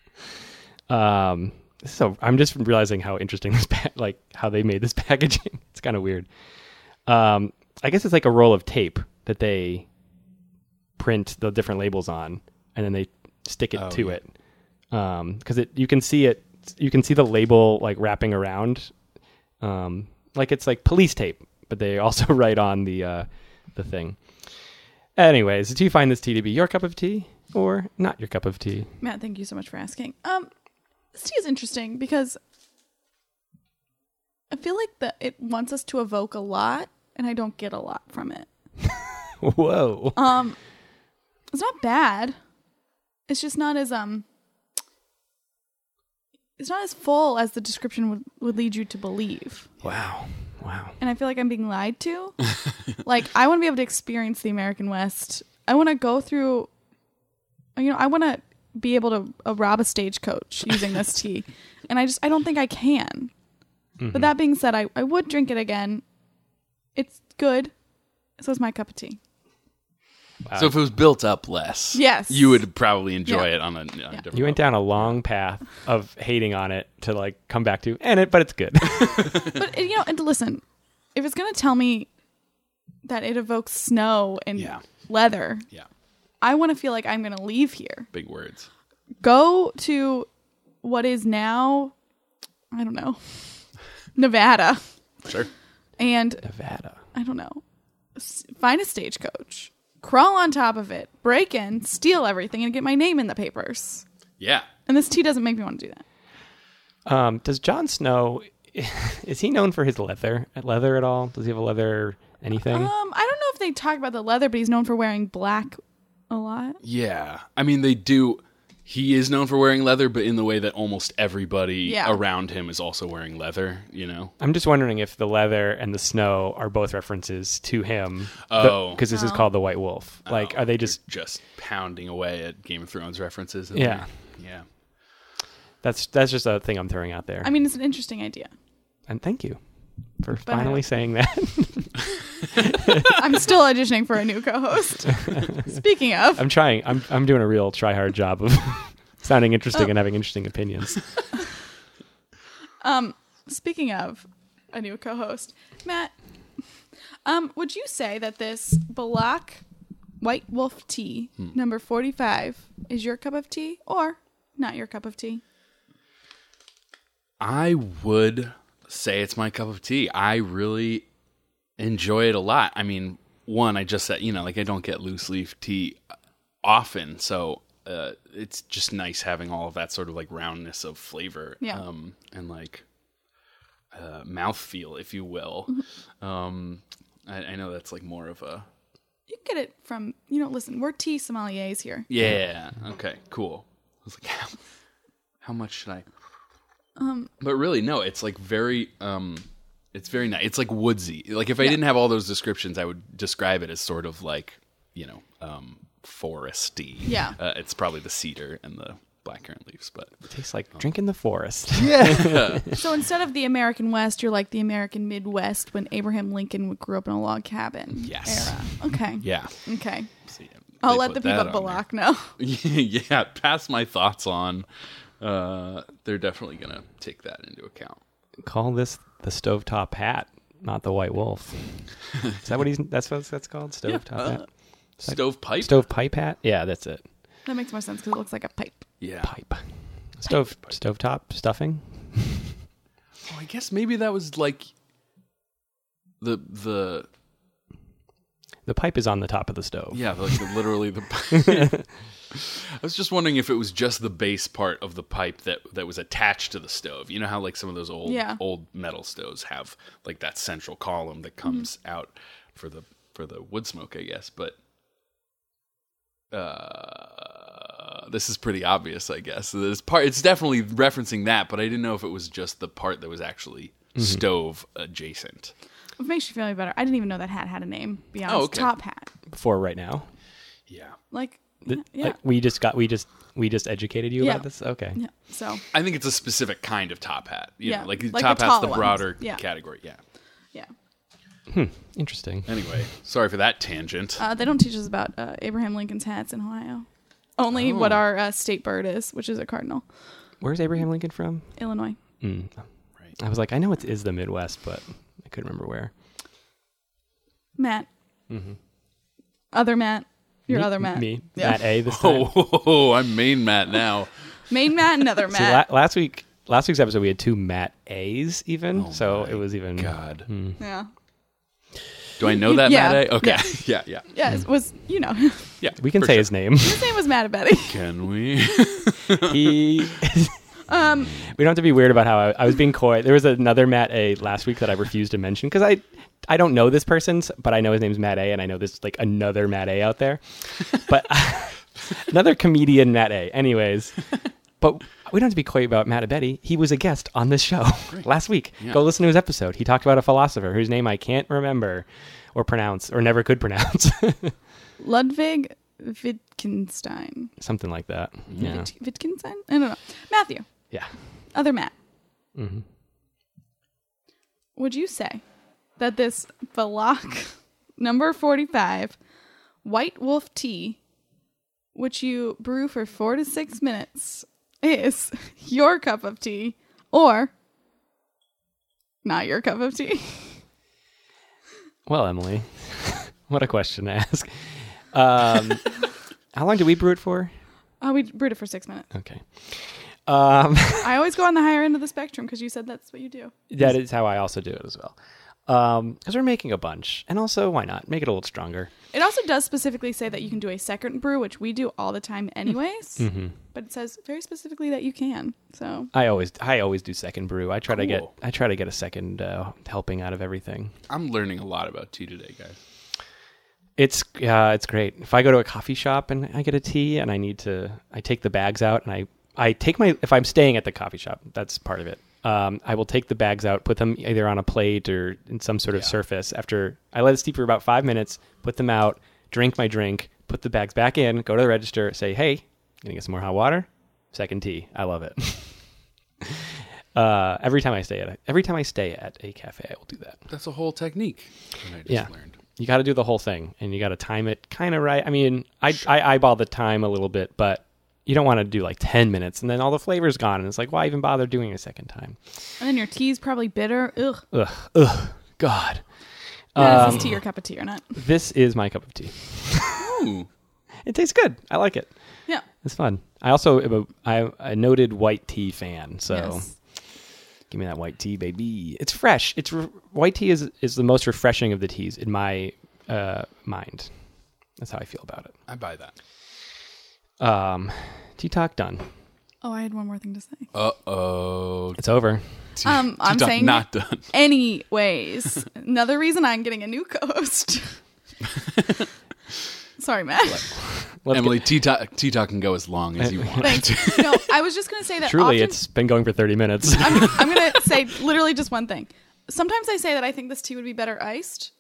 S1: um, so I'm just realizing how interesting this pa- like how they made this packaging. It's kind of weird. Um, I guess it's like a roll of tape that they print the different labels on, and then they stick it
S3: Oh,
S1: to
S3: yeah.
S1: it because it you can see it you can see the label like wrapping around um, like it's like police tape, but they also write on the uh, the thing. Anyways, do you find this tea to be your cup of tea or not your cup of tea?
S2: Matt, thank you so much for asking. Um, this tea is interesting because I feel like that it wants us to evoke a lot, and I don't get a lot from it.
S1: Whoa!
S2: Um, it's not bad. It's just not as um. It's not as full as the description would, would lead you to believe,
S1: Wow! Wow!
S2: and I feel like I'm being lied to. like I want to be able to experience the American West. I want to go through. You know, I want to be able to uh, rob a stagecoach using this tea, and I just I don't think I can.
S3: Mm-hmm.
S2: But that being said, I, I would drink it again. It's good. So it's my cup of tea.
S3: so if it was built up less,
S2: Yes.
S3: you would probably enjoy
S2: Yeah.
S3: it on a, on a different.
S1: You went down a long path of hating on it to like come back to and it, but it's good.
S2: But you know, and listen, if it's gonna tell me that it evokes snow and
S3: Yeah.
S2: leather,
S3: Yeah.
S2: I want to feel like I'm gonna leave here,
S3: Big words.
S2: go to what is now, I don't know, Nevada,
S3: Sure.
S2: and
S1: Nevada.
S2: I don't know, s- find a stagecoach, crawl on top of it, break in, steal everything, and get my name in the papers.
S3: Yeah.
S2: And this tea doesn't make me want to do that.
S1: Um, does Jon Snow is he known for his leather leather at all? Does he have a leather anything?
S2: Um, I don't know if they talk about the leather, but he's known for wearing black a lot.
S3: Yeah. I mean, they do. He is known for wearing leather, but in the way that almost everybody
S2: Yeah.
S3: around him is also wearing leather, you know?
S1: I'm just wondering if the leather and the snow are both references to him.
S3: Oh.
S1: because this is called the White Wolf. Like, are they just?
S3: Just pounding away at Game of Thrones references. in
S1: Yeah.
S3: there. Yeah.
S1: That's that's just a thing I'm throwing out there.
S2: I mean, it's an interesting idea.
S1: and thank you for finally saying that.
S2: I'm still auditioning for a new co-host. Speaking of,
S1: I'm trying. I'm I'm doing a real try hard job of sounding
S2: Oh.
S1: interesting and having interesting opinions.
S2: speaking of a new co-host, Matt, um, would you say that this Balak White Wolf tea
S3: Hmm.
S2: number 45 is your cup of tea or not your cup of tea?
S3: I would say it's my cup of tea. I really enjoy it a lot. I mean, one, I just said, you know, like I don't get loose leaf tea often, so uh, it's just nice having all of that sort of like roundness of flavor,
S2: Yeah.
S3: um, and like uh, mouthfeel, if you will. um, I, I know that's like more of a
S2: You can get it from, you know, listen, we're tea sommeliers here.
S3: yeah. Okay. Cool. I was like, how, how much should I? Um.
S2: Um,
S3: But really, no. It's like very um. It's very nice. It's like woodsy. Like if I didn't have all those descriptions, I would describe it as sort of like you know um foresty.
S2: Yeah.
S3: Uh, it's probably the cedar and the blackcurrant leaves, but
S1: tastes like drinking the forest.
S2: So instead of the American West, you're like the American Midwest when Abraham Lincoln grew up in a log cabin.
S3: Yes.
S2: Era. Okay.
S3: yeah.
S2: Okay.
S3: So, yeah,
S2: I'll
S3: they
S2: let
S3: put
S2: the
S3: that
S2: people at
S3: on there.
S2: Balak know.
S3: yeah. Pass my thoughts on. Uh, they're definitely gonna take that into account.
S1: Call this the stovetop hat, not the White Wolf. Is that what he's? That's what that's called. Stovetop
S2: uh,
S1: hat.
S3: Stovepipe.
S1: Stovepipe hat. Yeah, that's it.
S2: That makes more sense because it looks like a pipe.
S3: yeah.
S1: Pipe. Stove stovetop stuffing.
S3: Oh, I guess maybe that was like the the
S1: The pipe is on the top of the stove.
S3: yeah like the, literally the. I was just wondering if it was just the base part of the pipe that that was attached to the stove. You know how like some of those old
S2: Yeah.
S3: old metal stoves have like that central column that comes out for the for the wood smoke, I guess. But uh, this is pretty obvious, I guess. This part it's definitely referencing that, but I didn't know if it was just the part that was actually stove adjacent.
S2: It makes you feel any better. I didn't even know that hat had a name. Beyond
S3: Oh, okay.
S2: top hat.
S1: Before right now.
S3: Yeah.
S2: Like
S1: Th-
S2: yeah.
S1: like, we just got. We just. We just educated you
S2: Yeah.
S1: about this. Okay.
S2: yeah. So
S3: I think it's a specific kind of top hat. You
S2: Yeah,
S3: know, like, the
S2: like
S3: top
S2: the
S3: hat's
S2: tall
S3: the
S2: ones.
S3: broader
S2: Yeah.
S3: category. Yeah.
S2: yeah.
S1: Interesting.
S3: Anyway, sorry for that tangent.
S2: Uh, they don't teach us about uh, Abraham Lincoln's hats in Ohio.
S1: Oh.
S2: Only what our uh, state bird is, which is a cardinal.
S1: Where's Abraham Lincoln from?
S2: Illinois.
S1: Mm.
S3: Right.
S1: I was like, I know it is the Midwest, but I couldn't remember where.
S2: Matt. Other Matt. Your
S1: Mm-hmm. Me-
S2: other Matt.
S1: Me.
S2: Yeah.
S1: Matt A. This time.
S3: Oh, ho, ho, ho, I'm main Matt now.
S2: Main Matt and other
S1: See,
S2: Matt.
S1: la- last week, last week's episode, we had two Matt A's even, so it was even.
S3: Oh God.
S1: Hmm.
S2: yeah.
S3: Do I know that
S2: Yeah.
S3: Matt A? Okay. Yeah, yeah. Yeah.
S1: Hmm.
S2: Yeah, it was, you know, his
S1: We can
S3: for
S1: say
S3: sure.
S1: his name.
S2: name was Matt Betty.
S3: Can we?
S1: he.
S2: Um,
S1: E. We don't have to be weird about how I, I was being coy. There was another Matt A last week that I refused to mention because I, I don't know this person's, but I know his name's Matt A, and I know there's like another Matt A out there, but another comedian Matt A. Anyways, but we don't have to be coy about Matt Betty. He was a guest on this show last week.
S3: Yeah.
S1: Go listen to his episode. He talked about a philosopher whose name I can't remember, or pronounce, or never could pronounce,
S2: Ludwig Wittgenstein.
S1: something like that. Yeah,
S2: Wit- Wittgenstein? I don't know. Matthew.
S1: yeah.
S2: Other Matt. Would you say that this Balak number 45 White Wolf tea, which you brew for four to six minutes, is your cup of tea or not your cup of tea?
S1: Well, Emily, what a question to ask. Um, how long do we brew it for?
S2: Oh, we brewed it for six minutes.
S1: Okay. Um,
S2: I always go on the higher end of the spectrum because you said that's what you do.
S1: that is how I also do it as well. Um, because we're making a bunch, and also why not make it a little stronger?
S2: It also does specifically say that you can do a second brew, which we do all the time, anyways.
S1: Mm. Mm-hmm.
S2: But it says very specifically that you can. So
S1: I always, I always do second brew. I try to get,
S3: Cool.
S1: I try to get a second uh, helping out of everything.
S3: I'm learning a lot about tea today, guys.
S1: It's uh, it's great. If I go to a coffee shop and I get a tea and I need to, I take the bags out and I I take my if I'm staying at the coffee shop, that's part of it. Um, I will take the bags out, put them either on a plate or in some sort of surface. After I let it steep for about five minutes, put them out, drink my drink, put the bags back in, go to the register, say, "Hey, gonna get some more hot water, second tea." I love it. uh, every time I stay at a, every time I stay at a cafe, I will do that.
S3: That's a whole technique that I just
S1: Yeah.
S3: learned.
S1: You got to do the whole thing, and you got to time it kind of right. I mean, I, I eyeball the time a little bit, but you don't want to do like ten minutes, and then all the flavor's gone, and it's like, why even bother doing it a second time?
S2: and then your tea's probably bitter. Ugh.
S1: Ugh, ugh, God.
S2: Yeah,
S1: Um,
S2: is this tea your cup of tea or not?
S1: This is my cup of tea.
S3: Ooh,
S1: It tastes good. I like it.
S2: Yeah.
S1: It's fun. I also am a, I, a noted white tea fan, so
S2: Yes.
S1: give me that white tea, baby. It's fresh. It's re- white tea is is the most refreshing of the teas in my uh, mind. That's how I feel about it.
S3: I buy that.
S1: Um, tea talk done.
S2: Oh, I had one more thing to say.
S3: Uh oh.
S1: It's over.
S2: Um, I'm saying
S3: not done.
S2: Anyways, another reason I'm getting a new co-host. Sorry, Matt.
S1: Let's
S3: Emily, tea talk, tea talk can go as long as you want.
S2: Thanks. No, I was just gonna say that.
S1: get- truly,
S2: often-
S1: it's been going for 30 minutes.
S2: I'm, I'm gonna say literally just one thing. Sometimes I say that I think this tea would be better iced.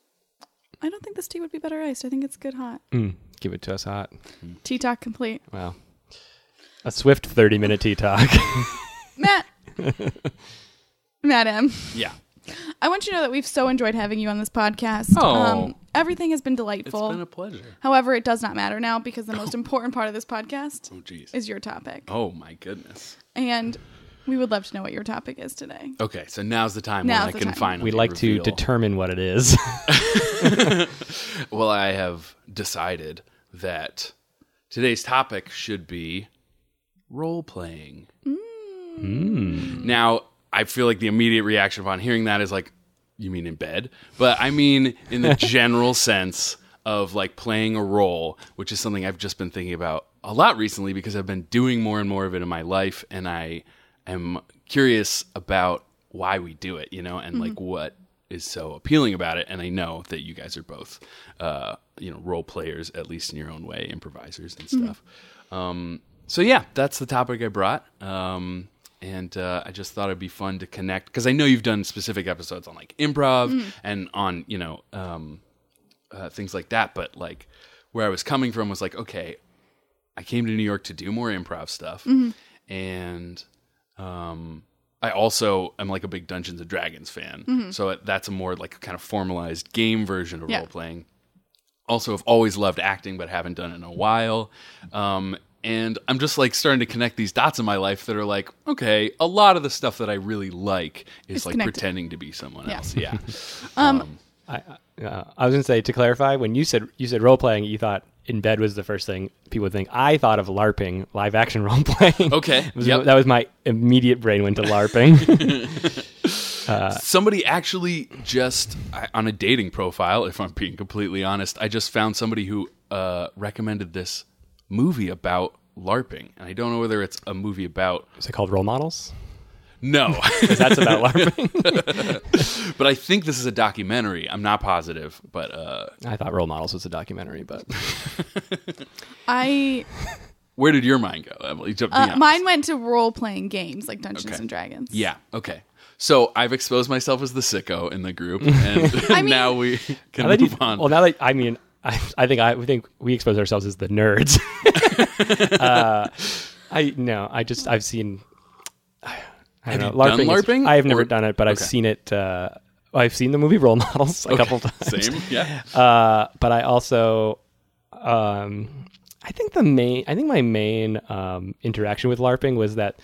S2: I don't think this tea would be better iced. I think it's good hot.
S1: Mm, give it to us hot.
S2: Tea talk complete.
S1: Wow. A swift 30 minute tea talk.
S2: Matt, Matt M.
S3: Yeah.
S2: I want you to know that we've so enjoyed having you on this podcast. Um,
S3: Oh.
S2: everything has been
S3: It's
S2: delightful.
S3: been a pleasure.
S2: However, it does not matter now because the most important part of this podcast
S3: Oh, jeez.
S2: is your topic.
S3: Oh, my goodness.
S2: And we would love to know what your topic is today.
S3: Okay, so now's the time
S2: Now's
S3: when I
S2: the
S3: can
S2: time.
S3: finally.
S1: We'd like to
S3: reveal.
S1: determine what it is.
S3: Well, I have decided that today's topic should be role playing. Now, I feel like the immediate reaction upon hearing that is like, you mean in bed? But I mean in the general sense of like playing a role, which is something I've just been thinking about a lot recently because I've been doing more and more of it in my life. And I am curious about why we do it, you know, and like what is so appealing about it. And I know that you guys are both, uh, you know, role players, at least in your own way, improvisers and stuff. Um, so yeah, that's the topic I brought. Um, and uh, I just thought it'd be fun to connect because I know you've done specific episodes on like improv and on you know um, uh, things like that. But like where I was coming from was like, okay, I came to New York to do more improv stuff, and um, I also am like a big Dungeons and Dragons fan, so uh, that's a more like kind of formalized game version of
S2: Yeah.
S3: role playing also have always loved acting but haven't done it in a while. Um, and I'm just like starting to connect these dots in my life that are like, okay, a lot of the stuff that I really like is
S2: It's
S3: like
S2: connected.
S3: pretending to be someone
S2: Yeah.
S3: else. Yeah.
S1: I, I- uh, I was going to say, to clarify, when you said you said role playing, you thought in bed was the first thing people would think. I thought of LARPing, live action role playing.
S3: Okay,
S1: It was-
S3: yep.
S1: That was my immediate brain went to LARPing.
S3: somebody actually just I, on a dating profile, if I'm being completely honest, I just found somebody who uh, recommended this movie about LARPing. And I don't know whether it's a movie about.
S1: is it called role models?
S3: No.
S1: 'Cause that's about LARPing.
S3: but I think this is a documentary. I'm not positive, but uh,
S1: I thought role models was a documentary, but
S2: I
S3: where did your mind go, Emily? To be
S2: uh,
S3: honest.
S2: mine went to role playing games like Dungeons
S3: Okay.
S2: and Dragons.
S3: Yeah. Okay. So I've exposed myself as the sicko in the group, and
S2: mean-
S3: now we can
S1: Now that you-
S3: move on.
S1: Well, now that I mean, I, I think I we think we expose ourselves as the nerds. uh, I no, I just I've seen. I don't
S3: Have
S1: know.
S3: you done
S1: is-
S3: LARPing?
S1: I have never
S3: Or-
S1: done it, but I've
S3: okay.
S1: seen it. Uh, I've seen the movie Role Models a couple times.
S3: Same. Yeah.
S1: Uh, but I also, um, I think the main, I think my main um, interaction with LARPing was that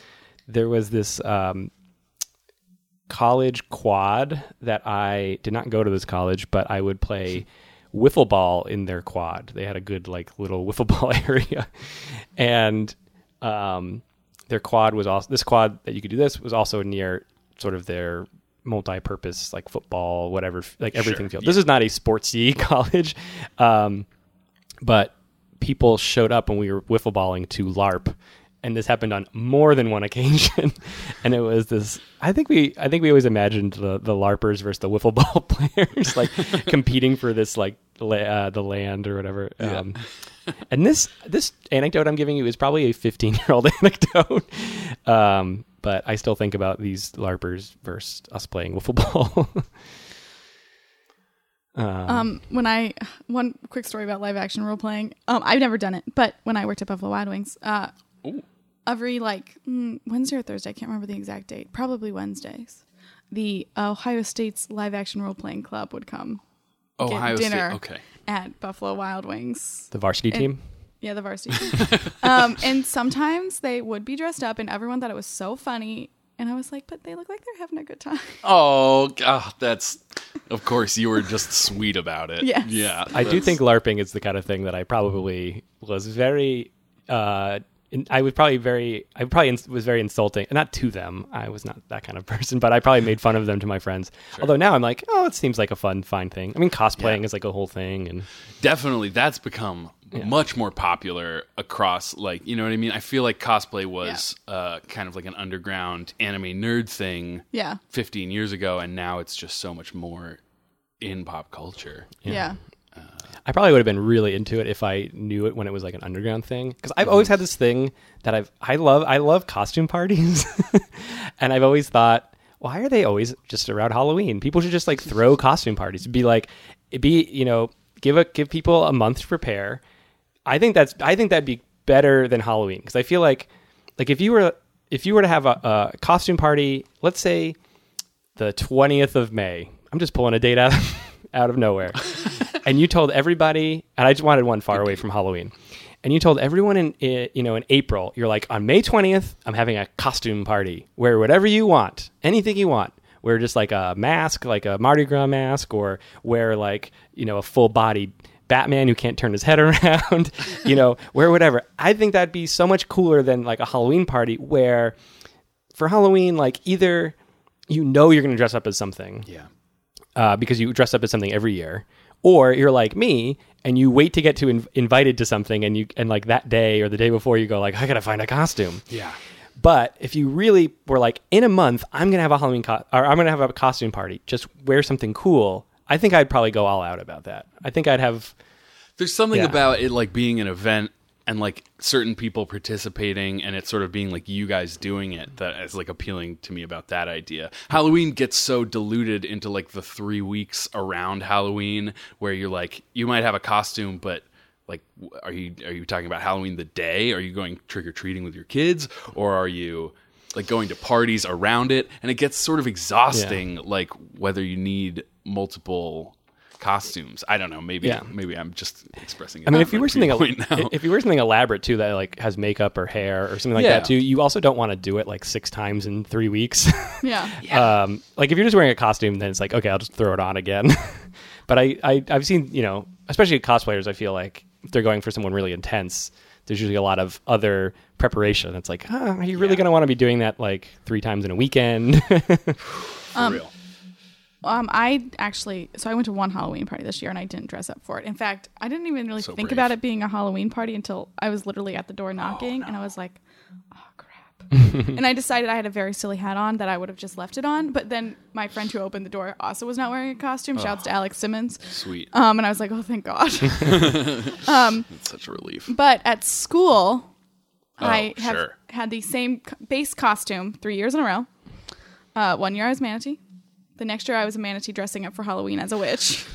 S1: there was this um, college quad that I did not go to this college, but I would play wiffle ball in their quad. They had a good like little wiffle ball area, and um, their quad was also this quad that you could do this was also near sort of their multi-purpose like football, whatever, f- like everything field. This is not a sportsy college, um, but people showed up when we were wiffle balling to LARP, and this happened on more than one occasion. and it was this. I think we I think we always imagined the the LARPers versus the wiffle ball players like competing for this like la- uh, the land or whatever. Um, and this this anecdote I'm giving you is probably a 15 year old anecdote, um, but I still think about these LARPers versus us playing wiffle ball.
S2: Um, when I one quick story about live action role playing. Um, I've never done it, but when I worked at Buffalo Wild Wings, uh, every like mm, Wednesday or Thursday, I can't remember the exact date, probably Wednesdays, the Ohio State's live action role playing club would come get
S3: Ohio
S2: dinner
S3: State. Okay.
S2: at Buffalo Wild Wings.
S1: the varsity team.
S2: Yeah, the varsity. team. um, and sometimes they would be dressed up, and everyone thought it was so funny. And I was like, but they look like they're having a good time.
S3: Oh, God, that's. Of course, you were just sweet about it.
S2: Yes.
S3: Yeah.
S1: I do think LARPing is the kind of thing that I probably was very. Uh, in- I was probably very. I probably ins- was very insulting, not to them. I was not that kind of person, but I probably made fun of them to my friends. Although now I'm like, oh, it seems like a fun, fine thing. I mean, cosplaying is like a whole thing, and
S3: definitely that's become much more popular across like you know what i mean i feel like cosplay was uh, kind of like an underground anime nerd thing
S2: Yeah.
S3: 15 years ago and now it's just so much more in pop culture
S2: Yeah.
S1: I probably would have been really into it if I knew it when it was like an underground thing. Because I've always had this thing that I've I love I love costume parties, and I've always thought, why are they always just around Halloween? People should just like throw costume parties. Be like, be you know, give a give people a month to prepare. I think that's I think that'd be better than Halloween because I feel like like if you were if you were to have a, a costume party, let's say the 20th of May. I'm just pulling a date out, out of nowhere. and you told everybody, and I just wanted one far away from Halloween. And you told everyone in, i you know, in April, you're like, on May 20th, I'm having a costume party. Wear whatever you want, anything you want. Wear just like a mask, like a Mardi Gras mask, or wear like, you know, a full body Batman who can't turn his head around, you know, wear whatever. I think that'd be so much cooler than like a Halloween party where for Halloween, like either you know you're going to dress up as something
S3: yeah
S1: uh, because you dress up as something every year, or you're like me and you wait to get to inv- invited to something and you and like that day or the day before you go like I got to find a costume.
S3: yeah
S1: But if you really were like in a month, I'm gonna have a Halloween co- or I'm gonna have a costume party. Just wear something cool. I think I'd probably go all out about that. I think I'd have
S3: there's something
S1: Yeah.
S3: about it like being an event and like certain people participating and it sort of being like you guys doing it that is like appealing to me about that idea halloween gets so diluted into like the three weeks around halloween where you're like you might have a costume but like w- are you are you talking about halloween the day are you going trick-or-treating with your kids or are you like going to parties around it and it gets sort of exhausting like whether you need multiple costumes i don't know maybe
S1: Yeah.
S3: maybe i'm just expressing it
S1: I mean,
S3: out
S1: if you
S3: my
S1: wear something,
S3: viewpoint now.
S1: if you wear something elaborate too, that like has makeup or hair or something like
S3: Yeah.
S1: that too, you also don't want to do it like six times in three weeks.
S2: Yeah.
S1: Um, like if you're just wearing a costume, then it's like okay, I'll just throw it on again. but I, I I've seen you know, especially cosplayers, I feel like if they're going for someone really intense, there's usually a lot of other preparation. It's like, huh, are you really
S3: Yeah.
S1: going to want to be doing that like three times in a weekend?
S3: for real.
S2: Um, I actually, so I went to one Halloween party this year and I didn't dress up for it. In fact, I didn't even really
S3: So
S2: think
S3: brave. Oh,
S2: about it being a Halloween party until I was literally at the door knocking and I was like, oh, crap. and I decided I had a very silly hat on that I would have just left it on. But then my friend who opened the door also was not wearing a costume. Shouts to Alex Simmons.
S3: Sweet.
S2: Um, and I was like, oh, thank God.
S3: It's such a relief.
S2: but at school, I
S3: Oh,
S2: have
S3: sure.
S2: had the same co- base costume three years in a row. Uh, one year I was manatee. The next year I was a manatee dressing up for Halloween as a witch.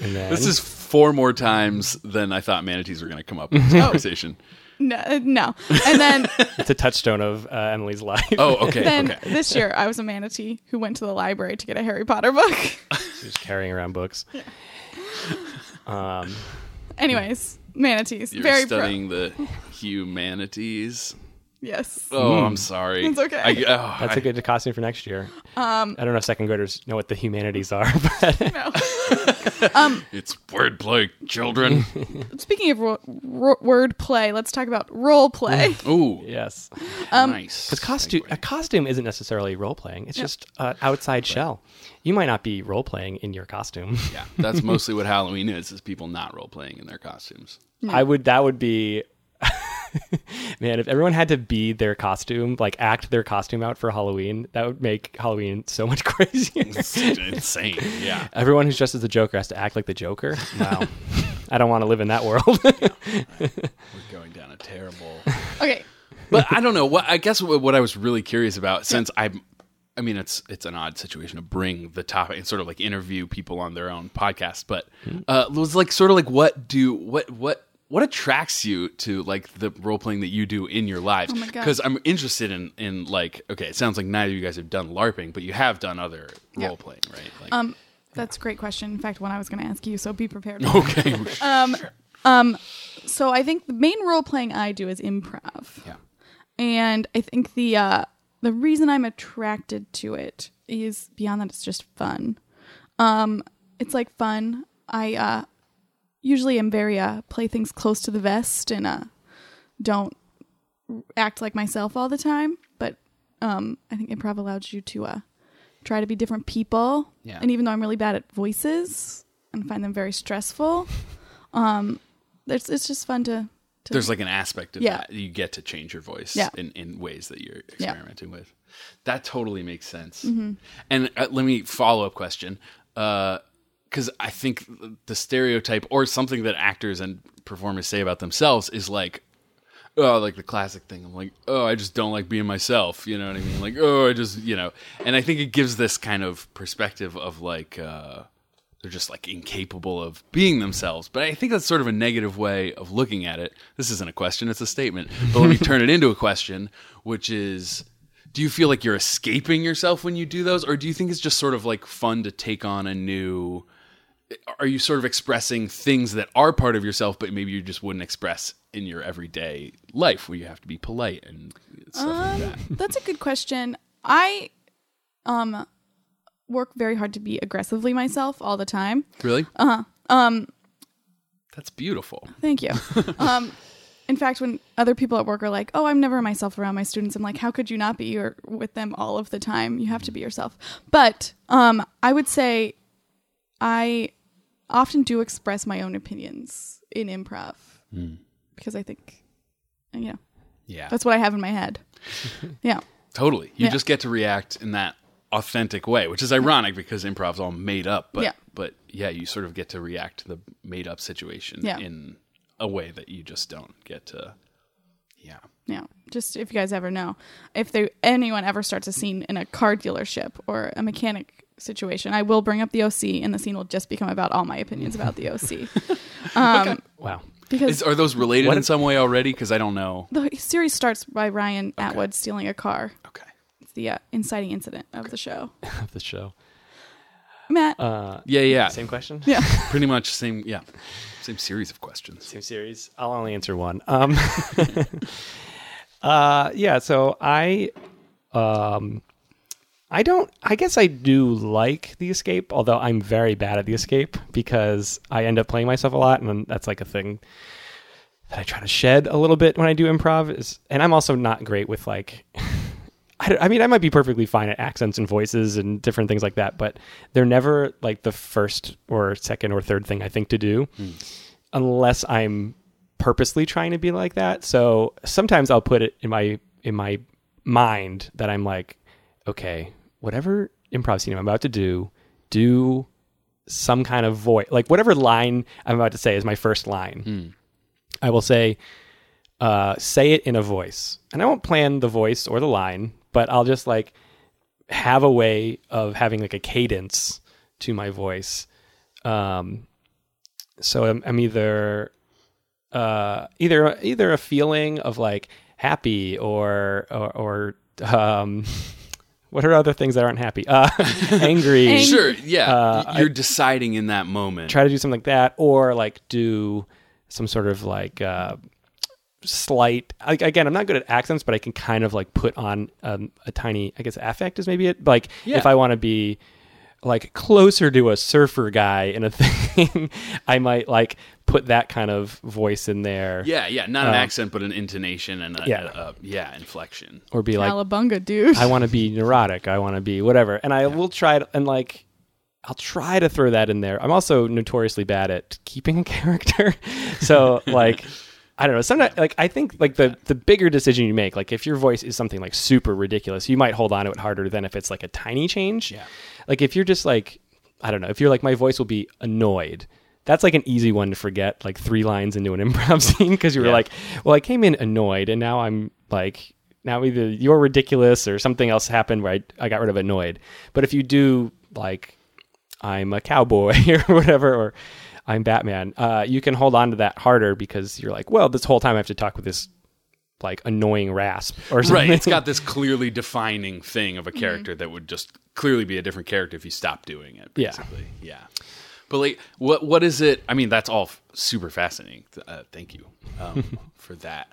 S1: and then,
S3: This is four more times than I thought manatees were going to come up in
S1: Oh.
S3: this conversation.
S2: No, uh, no. And then
S1: it's a touchstone of uh, Emily's life.
S3: Oh, okay.
S2: then
S3: okay.
S2: this year I was a manatee who went to the library to get a Harry Potter book.
S1: She's carrying around books. Um,
S2: Anyways, manatees,
S3: You're
S2: very
S3: studying the humanities.
S2: pro. Yes.
S3: Oh, I'm sorry.
S2: It's okay.
S3: I, oh,
S1: Mm. that's a
S3: I-
S1: good costume for next year. Um, I don't know if second graders know what the humanities are, but
S2: No.
S3: It's wordplay, children.
S2: Speaking of ro- ro- word play, let's talk about role play.
S3: Ooh,
S1: Yes.
S2: Um,
S3: nice.
S1: Because costume, a costume isn't necessarily role playing. It's just an outside shell. You might not be role playing in your costume.
S3: Yeah, that's mostly what Halloween is: is people not role playing in their costumes.
S1: I would. That would be. Man, if everyone had to be their costume, like act their costume out for Halloween, that would make Halloween so much crazier.
S3: It's insane. Yeah.
S1: Everyone who's dressed as the Joker has to act like the Joker. Wow. I don't want to live in that world.
S3: We're going down a terrible.
S2: Okay.
S3: But I don't know. What I guess what, what I was really curious about, since I'm, I mean, it's it's an odd situation to bring the topic and sort of like interview people on their own podcast, but
S2: Hmm.
S3: uh, it was like sort of like what do what what. What attracts you to like the role playing that you do in your lives?
S2: Oh my God.
S3: Because I'm interested in in like okay, it sounds like neither of you guys have done LARPing, but you have done other
S2: Yeah.
S3: role playing, right? Like,
S2: Um, that's a great question. In fact, one I was going to ask you, so be prepared.
S3: okay,
S2: So I think the main role playing I do is improv.
S3: yeah,
S2: and I think the uh, the reason I'm attracted to it is beyond that it's just fun. Um, it's like fun. I uh, usually am very uh, play things close to the vest and uh, don't act like myself all the time. But um, I think improv allows you to uh, try to be different people.
S3: Yeah.
S2: And even though I'm really bad at voices and find them very stressful, um, it's it's just fun to. to
S3: there's like an aspect of
S2: Yeah.
S3: that you get to change your voice
S2: Yeah.
S3: in, in ways that you're experimenting with that totally makes sense
S2: Mm-hmm.
S3: and uh, let me follow up question because i think the stereotype or something that actors and performers say about themselves is like oh like the classic thing i'm like oh i just don't like being myself you know what i mean like oh i just you know and i think it gives this kind of perspective of like uh they're just like incapable of being themselves. But I think that's sort of a negative way of looking at it. This isn't a question, it's a statement. But let me turn it into a question, which is do you feel like you're escaping yourself when you do those? Or do you think it's just sort of like fun to take on a new. Are you sort of expressing things that are part of yourself, but maybe you just wouldn't express in your everyday life where you have to be polite and stuff like that?
S2: That's a good question. I um work very hard to be aggressively myself all the time.
S3: Really? Uh huh. Um, that's beautiful.
S2: Thank you. um in fact when other people at work are like, "Oh, I'm never myself around my students." I'm like, "How could you not be You're with them all of the time? You have to be yourself." But um I would say I often do express my own opinions in improv because I think you know,
S3: Yeah.
S2: that's what I have in my head. yeah.
S3: Totally. You
S2: Yeah.
S3: just get to react in that authentic way, which is ironic because improv's all made up, but
S2: Yeah.
S3: but yeah, you sort of get to react to the made up situation
S2: Yeah.
S3: in a way that you just don't get to Yeah.
S2: Yeah. Just if you guys ever know, if they anyone ever starts a scene in a car dealership or a mechanic situation, I will bring up the OC, and the scene will just become about all my opinions about the OC.
S1: wow.
S2: Because
S3: Is, are those related in some way already cuz I don't know.
S2: the series starts by Ryan Atwood stealing a car.
S3: Okay.
S2: It's the uh, inciting incident of the show.
S1: Of the show.
S2: Matt,
S1: Uh,
S3: Yeah, yeah.
S1: Same question?
S2: yeah,
S3: Pretty much same, yeah. Same series of questions.
S1: Same series. I'll only answer one. Um, uh, yeah. So I, um, I don't. I guess I do like the escape, although I'm very bad at the escape because I end up playing myself a lot, and then that's like a thing that I try to shed a little bit when I do improv. Is and I'm also not great with like. I, don't- I mean, I might be perfectly fine at accents and voices and different things like that, but they're never like the first or second or third thing I think to do unless I'm purposely trying to be like that. So sometimes I'll put it in my in my mind that I'm like, okay, whatever improv scene I'm about to do, do some kind of voice, like whatever line I'm about to say is my first line. I will say, uh, say it in a voice, and I won't plan the voice or the line, but I'll just like have a way of having like a cadence to my voice. Um, so I'm, I'm either uh, either either a feeling of like happy or or, or um, what are other things that aren't happy? Uh, angry.
S2: Ang-
S3: Sure, yeah. Y- You're deciding in that moment.
S1: Uh, Try to do something like that, or like do some sort of like uh, slight. Like again, I'm not good at accents, but I can kind of like put on um, a tiny. I guess affect is maybe it. Like
S3: Yeah.
S1: if I want to be like closer to a surfer guy in a thing, I might like put that kind of voice in there.
S3: Yeah, yeah, not an accent, but an intonation and a,
S1: Uh, yeah.
S3: yeah, a, yeah inflection.
S1: Or be like,
S2: Alabunga, dude.
S1: I want to be neurotic. I want to be whatever. And I will try to, and like, I'll try to throw that in there. I'm also notoriously bad at keeping character. So, like, I don't know. Sometimes, like, I think, like, the, the bigger decision you make, like, if your voice is something, like, super ridiculous, you might hold on to it harder than if it's, like, a tiny change.
S3: Yeah.
S1: Like, if you're just, like, I don't know, if you're like, my voice will be annoyed. That's like an easy one to forget, like three lines into an improv scene, because you were
S3: Yeah.
S1: like, well, I came in annoyed, and now I'm like, now either you're ridiculous or something else happened where I, I got rid of annoyed. But if you do like, I'm a cowboy or whatever, or I'm Batman, uh, you can hold on to that harder because you're like, well, this whole time I have to talk with this like annoying rasp or something. Mm-hmm.
S3: Right, it's got this clearly defining thing of a character that would just clearly be a different character if you stopped doing it.
S1: Yeah.
S3: Basically, yeah. But like, what what is it? I mean, that's all f- super fascinating. Th- Uh, thank you um, for that.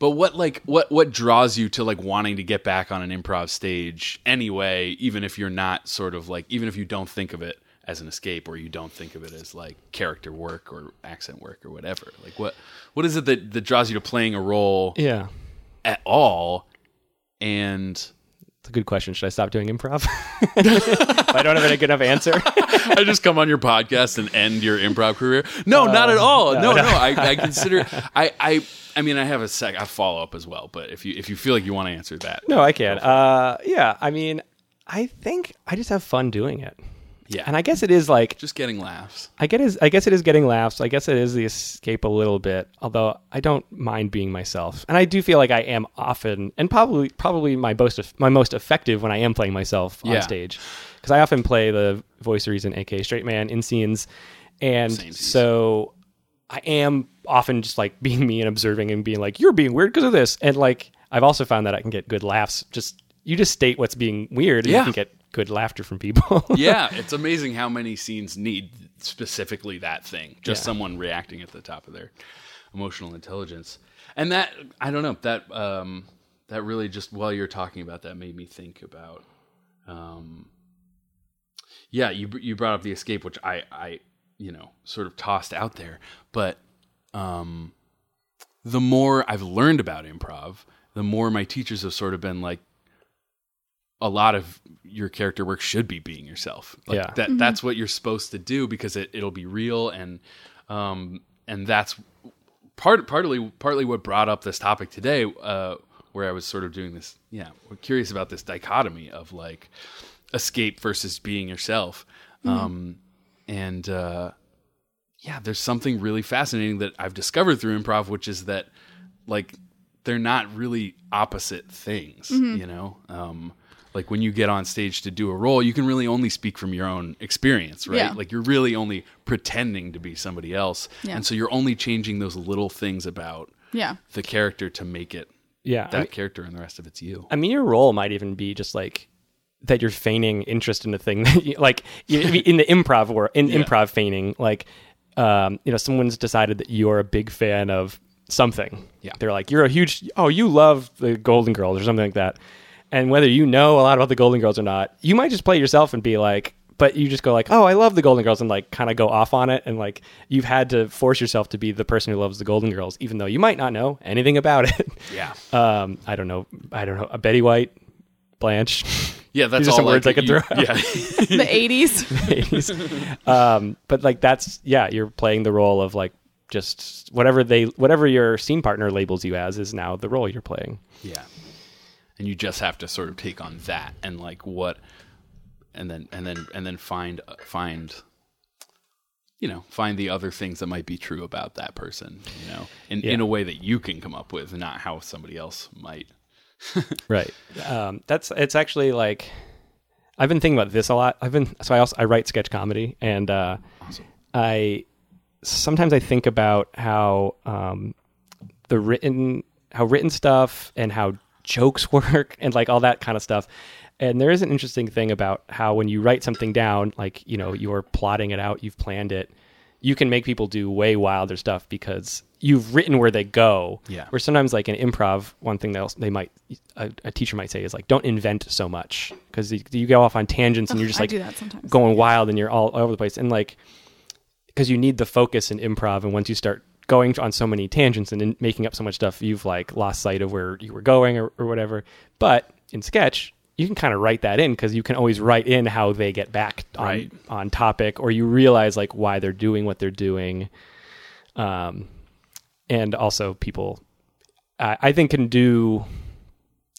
S3: But what like what what draws you to like wanting to get back on an improv stage anyway? Even if you're not sort of like, even if you don't think of it as an escape or you don't think of it as like character work or accent work or whatever. Like what what is it that that draws you to playing a role?
S1: Yeah.
S3: at all. And
S1: It's a good question. Should I stop doing improv? if I don't have a good enough answer.
S3: I just come on your podcast and end your improv career. No, not at all. No, no. I, I consider. I, I, I mean, I have a sec. I follow up as well. But if you if you feel like you want to answer that,
S1: No, I can. Uh, yeah, I mean, I think I just have fun doing it,
S3: yeah.
S1: and I guess it is like
S3: just getting laughs.
S1: I get is I guess it is getting laughs. I guess it is the escape a little bit, although I don't mind being myself, and I do feel like I am often and probably probably my most eff- my most effective when I am playing myself on
S3: Yeah.
S1: stage because I often play the voice of reason, aka straight man, in scenes, and
S3: Samesies.
S1: so I am often just like being me and observing and being like, you're being weird because of this. And like, I've also found that I can get good laughs. Just, you just state what's being weird and you
S3: Yeah.
S1: can get good laughter from people.
S3: Yeah, it's amazing how many scenes need specifically that thing. Just
S1: Yeah.
S3: someone reacting at the top of their emotional intelligence. And that I don't know, that um that really just while you're talking about that made me think about um yeah, you br- you brought up the escape which I I you know, sort of tossed out there, but um the more I've learned about improv, the more my teachers have sort of been like a lot of your character work should be being yourself. Like
S1: Yeah.
S3: that that's what you're supposed to do because it it'll be real and um and that's part partly partly what brought up this topic today uh where I was sort of doing this yeah, curious about this dichotomy of like escape versus being yourself.
S2: Hmm.
S3: Um and uh yeah, there's something really fascinating that I've discovered through improv, which is that like they're not really opposite things,
S2: Mm-hmm.
S3: you know? Um, like when you get on stage to do a role, you can really only speak from your own experience, right?
S2: Yeah.
S3: Like you're really only pretending to be somebody else.
S2: Yeah.
S3: And so you're only changing those little things about
S2: yeah.
S3: the character to make it
S1: yeah.
S3: that character and the rest of it's you.
S1: I mean, your role might even be just like that you're feigning interest in the thing that you, like you- I mean, in the improv world, in improv feigning, like, um, you know, someone's decided that you're a big fan of something.
S3: Yeah.
S1: They're like, you're a huge, oh, you love the Golden Girls or something like that. And whether you know a lot about the Golden Girls or not, you might just play yourself and be like, but you just go like, oh, I love the Golden Girls, and like kind of go off on it, and like you've had to force yourself to be the person who loves the Golden Girls, even though you might not know anything about it.
S3: Yeah.
S1: Um, I don't know. I don't know. A Betty White, Blanche.
S3: Yeah, that's
S1: These are
S3: all
S1: some
S3: like,
S1: words I could
S3: you-
S1: throw
S3: Yeah.
S2: The 80s.
S1: um, but like that's yeah, you're playing the role of like just whatever they whatever your scene partner labels you as is now the role you're playing.
S3: Yeah. And you just have to sort of take on that and like what and then and then and then find find you know, find the other things that might be true about that person, you know, in in a way that you can come up with, not how somebody else might.
S1: Right. Um, that's it's actually like I've been thinking about this a lot. I've been so I also I write sketch comedy and uh, I sometimes I think about how um, the written how written stuff and how jokes work and like all that kind of stuff. And there is an interesting thing about how when you write something down, like you know you're plotting it out, you've planned it, you can make people do way wilder stuff because you've written where they go.
S3: Yeah.
S1: Where sometimes like in improv, one thing that they might a, a teacher might say is like, don't invent so much because you, you go off on tangents and
S2: Ugh,
S1: you're just
S2: I
S1: like
S2: do that sometimes.
S1: going wild and you're all, all over the place and like because you need the focus in improv and once you start going on so many tangents and in making up so much stuff you've like lost sight of where you were going or, or whatever but in sketch you can kind of write that in because you can always write in how they get back on,
S3: Right.
S1: on topic or you realize like why they're doing what they're doing um, and also people I, I think can do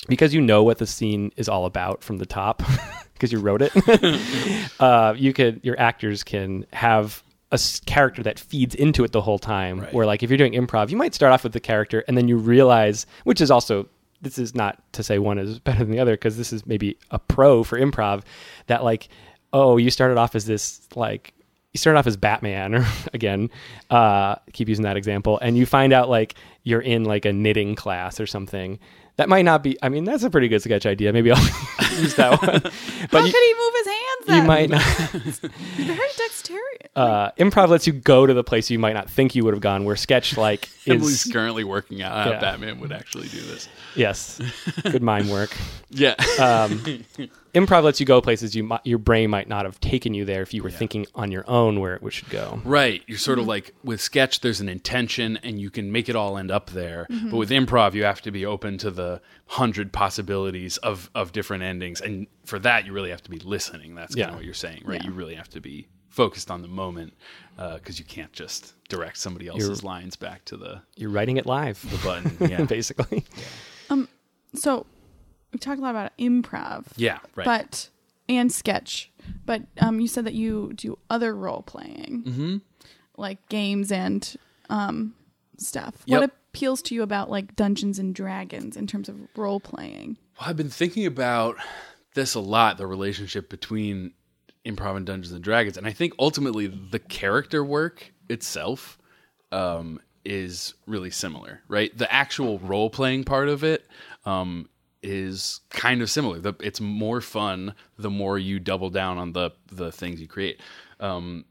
S1: because you know what the scene is all about from the top because you wrote it uh, you could your actors can have a s- character that feeds into it the whole time
S3: Right.
S1: where like if you're doing improv you might start off with the character and then you realize which is also this is not to say one is better than the other because this is maybe a pro for improv that like oh you started off as this like you start off as Batman again. Uh, keep using that example, and you find out like you're in like a knitting class or something. That might not be. I mean, that's a pretty good sketch idea. Maybe I'll use that one.
S2: How
S1: But you,
S2: could he move his hands? Then?
S1: you might not.
S2: He's very dexterous.
S1: Uh, improv lets you go to the place you might not think you would have gone. Where sketch like
S3: Emily's
S1: is
S3: currently working out how
S1: Yeah.
S3: Batman would actually do this.
S1: yes, good mind work.
S3: Yeah.
S1: Improv lets you go places you mi- your brain might not have taken you there if you were thinking on your own where it should go.
S3: Right. You're sort of like with sketch, there's an intention and you can make it all end up there. But with improv, you have to be open to the hundred possibilities of, of different endings. And for that, you really have to be listening. That's kind
S1: Yeah.
S3: of what you're saying, right?
S2: Yeah.
S3: You really have to be focused on the moment because you can't just direct somebody else's lines back to the,
S1: You're writing it live,
S3: the button. Yeah.
S1: basically.
S2: So we've talked a lot about improv.
S3: yeah. Right.
S2: But and sketch. But um, you said that you do other role playing, mm-hmm. like games and um, stuff. What
S3: Yep.
S2: appeals to you about like Dungeons and Dragons in terms of role playing?
S3: Well, I've been thinking about this a lot the relationship between improv and Dungeons and Dragons. And I think ultimately the character work itself um, is really similar, right? The actual role playing part of it um, is kind of similar. The, it's more fun the more you double down on the, the things you create. Um,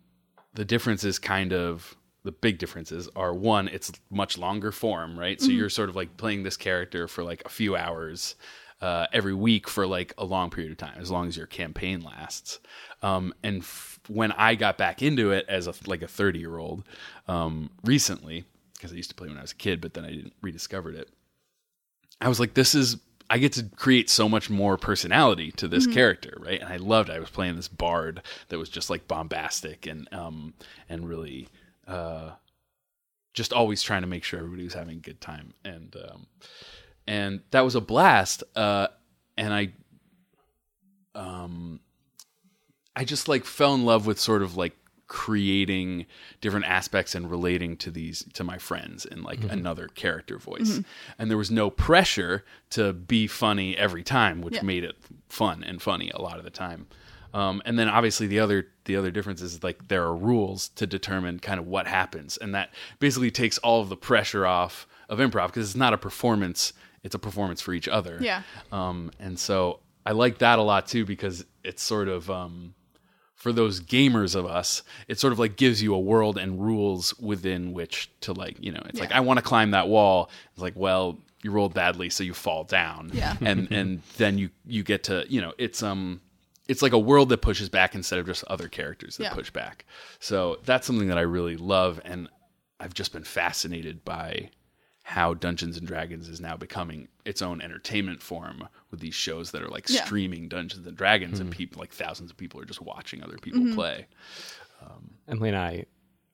S3: the difference is kind of the big differences are one it's much longer form right so you're sort of like playing this character for like a few hours uh, every week for like a long period of time as long as your campaign lasts um, and f- when i got back into it as a like a 30 year old um, recently because i used to play when i was a kid but then i didn't rediscovered it I was like, this is I get to create so much more personality to this character, right? And I loved. It. I was playing this bard that was just like bombastic and um and really uh just always trying to make sure everybody was having a good time and um and that was a blast uh and I um I just like fell in love with sort of like creating different aspects and relating to these to my friends in
S2: Mm-hmm.
S3: like another character voice. And there was no pressure to be funny every time, which
S2: Yeah.
S3: made it fun and funny a lot of the time. Um, and then obviously the other the other difference is like there are rules to determine kind of what happens, and that basically takes all of the pressure off of improv because it's not a performance; it's a performance for each other.
S2: Yeah.
S3: Um, and so I like that a lot too because it's sort of um, for those gamers of us, it sort of like gives you a world and rules within which to like, you know, it's like
S2: Yeah.
S3: I want to climb that wall. It's like, well, you rolled badly, so you fall down.
S2: Yeah.
S3: And and then you you get to, you know, it's um it's like a world that pushes back instead of just other characters that
S2: Yeah.
S3: push back. So that's something that I really love and I've just been fascinated by how Dungeons and Dragons is now becoming its own entertainment form with these shows that are like
S2: Yeah.
S3: streaming Dungeons and Dragons
S1: Hmm.
S3: and people like thousands of people are just watching other people play.
S1: Emily and I,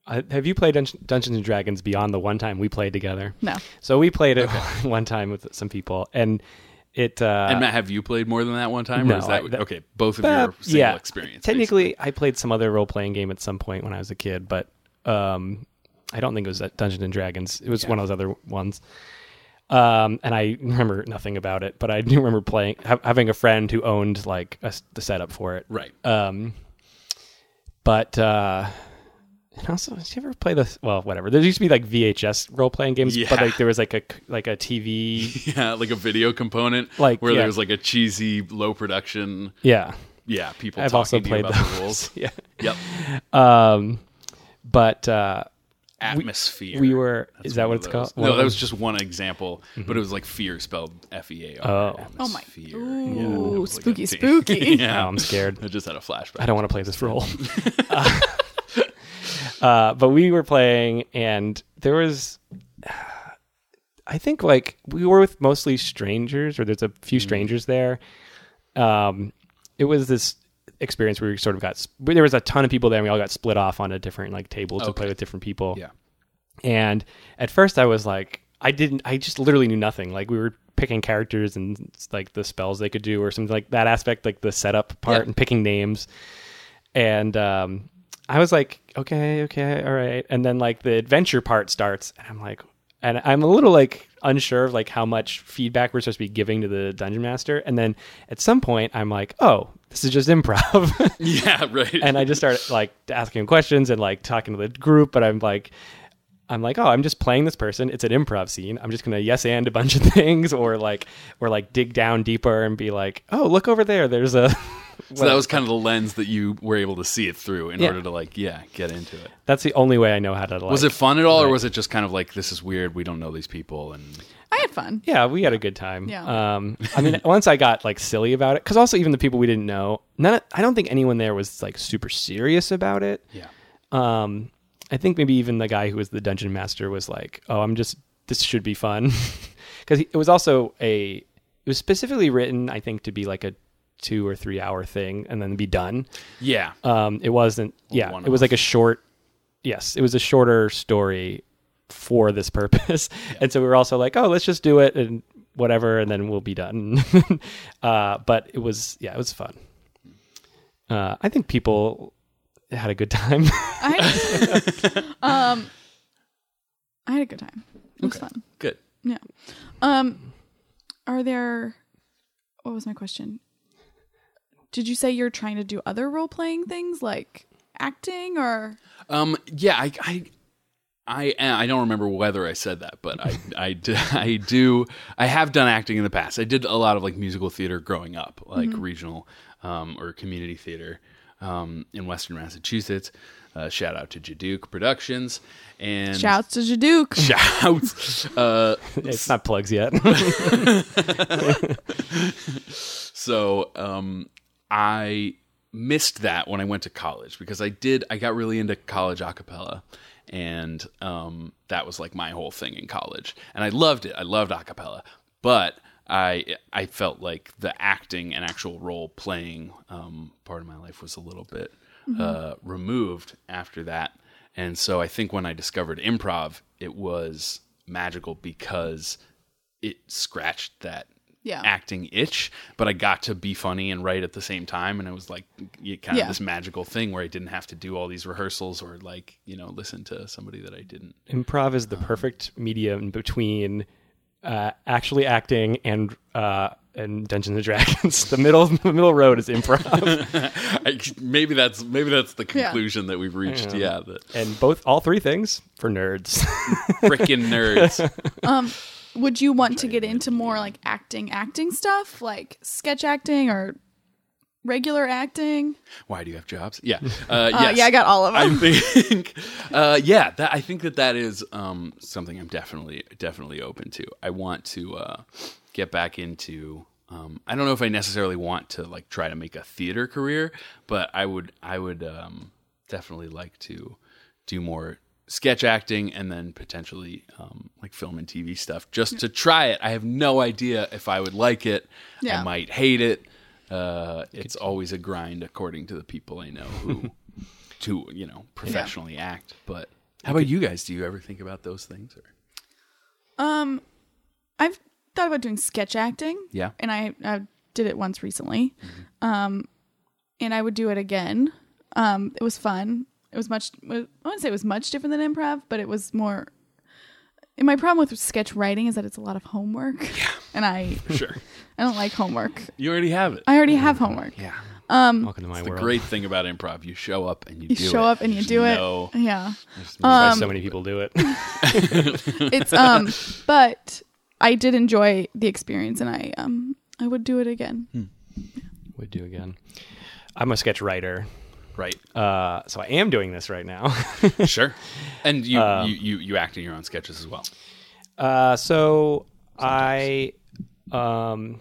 S1: I have you played Dun- Dungeons and Dragons beyond the one time we played together?
S2: No.
S1: So we played it one time with some people, and it. Uh,
S3: and Matt, have you played more than that one time? or
S1: no,
S3: is that,
S1: I- that-
S3: okay? Both of
S1: uh,
S3: your single
S1: yeah,
S3: experience.
S1: Technically, I played some other role playing game at some point when I was a kid, but um, I don't think it was that Dungeons and Dragons. It was one of those other ones. Um, and I remember nothing about it, but I do remember playing, ha- having a friend who owned like a s the setup for it.
S3: Right.
S1: Um, but uh, and also, did you ever play this? Well, whatever. There used to be like VHS role playing games, but
S3: Yeah.
S1: like there was like a like a TV.
S3: yeah, like a video component,
S1: Like,
S3: where
S1: yeah.
S3: there's like a cheesy, low production.
S1: yeah,
S3: Yeah, people.
S1: I've
S3: talking
S1: also
S3: to you
S1: played
S3: about the
S1: those.
S3: rules.
S1: yeah.
S3: Yep.
S1: Um, But uh,
S3: Atmosphere.
S1: we were.
S3: That's
S1: is that
S3: one
S1: what
S3: of
S1: it's
S3: those.
S1: called?
S3: No, that was just one example, but it was like fear spelled F E A R.
S1: Mm-hmm. Oh.
S2: Oh my.
S3: Atmosphere. Yeah, that
S2: Ooh,
S3: was like
S2: spooky,
S3: a thing.
S2: spooky.
S1: Oh, I'm scared.
S3: I just had a flashback.
S1: I don't want to play this role. Uh, uh, but we were playing, and there was, I think, like we were with mostly strangers, or there's a few strangers there. Um, it was this experience where we sort of got. sp- There was a ton of people there, and we all got split off on a different like table to play
S3: Okay.
S1: with different people.
S3: Yeah.
S1: And at first, I was like, I didn't, I just literally knew nothing. Like, we were picking characters and like the spells they could do or something like that aspect, like the setup part
S3: Yeah.
S1: and picking names. And um, I was like, okay, okay, all right. And then like the adventure part starts, and I'm like, and I'm a little like unsure of like how much feedback we're supposed to be giving to the dungeon master. And then at some point, I'm like, oh, this is just improv.
S3: Yeah, right.
S1: and I just started like asking him questions and like talking to the group, but I'm like I'm like, oh, I'm just playing this person. It's an improv scene. I'm just gonna yes and a bunch of things, or like, or like dig down deeper and be like, oh, look over there. There's a.
S3: so that was kind of the lens that you were able to see it through in
S1: Yeah.
S3: order to like, yeah, get into it.
S1: That's the only way I know how to. Like,
S3: Was it fun at all, or was it just kind of like this is weird? We don't know these people, and
S2: I had fun.
S1: Yeah, we had a good time.
S2: Yeah.
S1: Um, I mean, once I got like silly about it, because also even the people we didn't know, none. Of, I don't think anyone there was like super serious about it.
S3: yeah,
S1: Um, I think maybe even the guy who was the dungeon master was like, "Oh, I'm just this should be fun," because it was also a it was specifically written, I think, to be like a two or three hour thing and then be done.
S3: yeah,
S1: Um, it wasn't. Yeah, it was
S3: One-off.
S1: like a short. Yes, it was a shorter story for this purpose, and so we were also like, "Oh, let's just do it and whatever, and then we'll be done." uh, but it was, yeah, it was fun. Uh, I think people had a good time.
S2: I, um, I had a good time. It was fun.
S3: good.
S2: Yeah. Um, are there? What was my question? Did you say you're trying to do other role playing things like acting or?
S3: Um, yeah, I, I, I, eh, I don't remember whether I said that, but I, I, d- I do, I have done acting in the past. I did a lot of like musical theater growing up, like regional, um, or community theater, um, in Western Massachusetts. Uh, shout out to Jaduke Productions and
S2: Shouts to Jaduke.
S3: shouts. uh,
S1: it's not plugs yet.
S3: So um, I missed that when I went to college because I did. I got really into college a cappella, and um, that was like my whole thing in college, and I loved it. I loved a cappella, but I I felt like the acting and actual role playing um, part of my life was a little bit uh, removed after that. And so I think when I discovered improv, it was magical because it scratched that
S2: Yeah.
S3: acting itch, but I got to be funny and write at the same time. And it was like y- kind
S2: Yeah.
S3: of this magical thing where I didn't have to do all these rehearsals or like, you know, listen to somebody that I didn't.
S1: Improv is the perfect medium between uh, actually acting and uh, and Dungeons and Dragons. the middle the middle road is improv,
S3: I, maybe that's, maybe that's the
S2: Yeah.
S3: conclusion that we've reached. Yeah. the
S1: and both all three things for nerds.
S3: freaking nerds.
S2: Would you want to get into more like acting, acting stuff, like sketch acting or regular acting?
S3: Why do you have jobs? Yeah. Uh,
S2: Uh,
S3: yes.
S2: Yeah, I got all of them.
S3: I think, uh, yeah, that, I think that that is um, something I'm definitely definitely open to. I want to uh, get back into. Um, I don't know if I necessarily want to like try to make a theater career, but I would I would um, definitely like to do more sketch acting and then potentially um, like film and TV stuff just to try it. I have no idea if I would like it.
S2: Yeah.
S3: I might hate it. Uh, it's always a grind, according to the people I know who to you know professionally act. But how about you guys? Do you ever think about those things? Or
S2: Um, I've thought about doing sketch acting.
S3: Yeah.
S2: and I, I did it once recently,
S3: Mm-hmm.
S2: um, and I would do it again. Um, it was fun. It was much. I wouldn't say it was much different than improv, but it was more. And my problem with sketch writing is that it's a lot of homework. Yeah, and I
S3: sure,
S2: I don't like homework.
S3: you already have it.
S2: I already have homework.
S3: yeah,
S1: Welcome to my
S3: the
S1: world.
S3: great thing about improv, you show up and you,
S2: You
S3: do
S2: show
S3: it. Uh,
S2: up and you
S3: There's
S2: do it.
S3: no-
S2: Yeah.
S1: That's why so many people do it.
S2: it's um but I did enjoy the experience and I um I would do it again.
S1: Would do again. I'm a sketch writer.
S3: Right.
S1: Uh, so I am doing this right now.
S3: Sure. And you, you you you act in your own sketches as well.
S1: Uh, so I, um,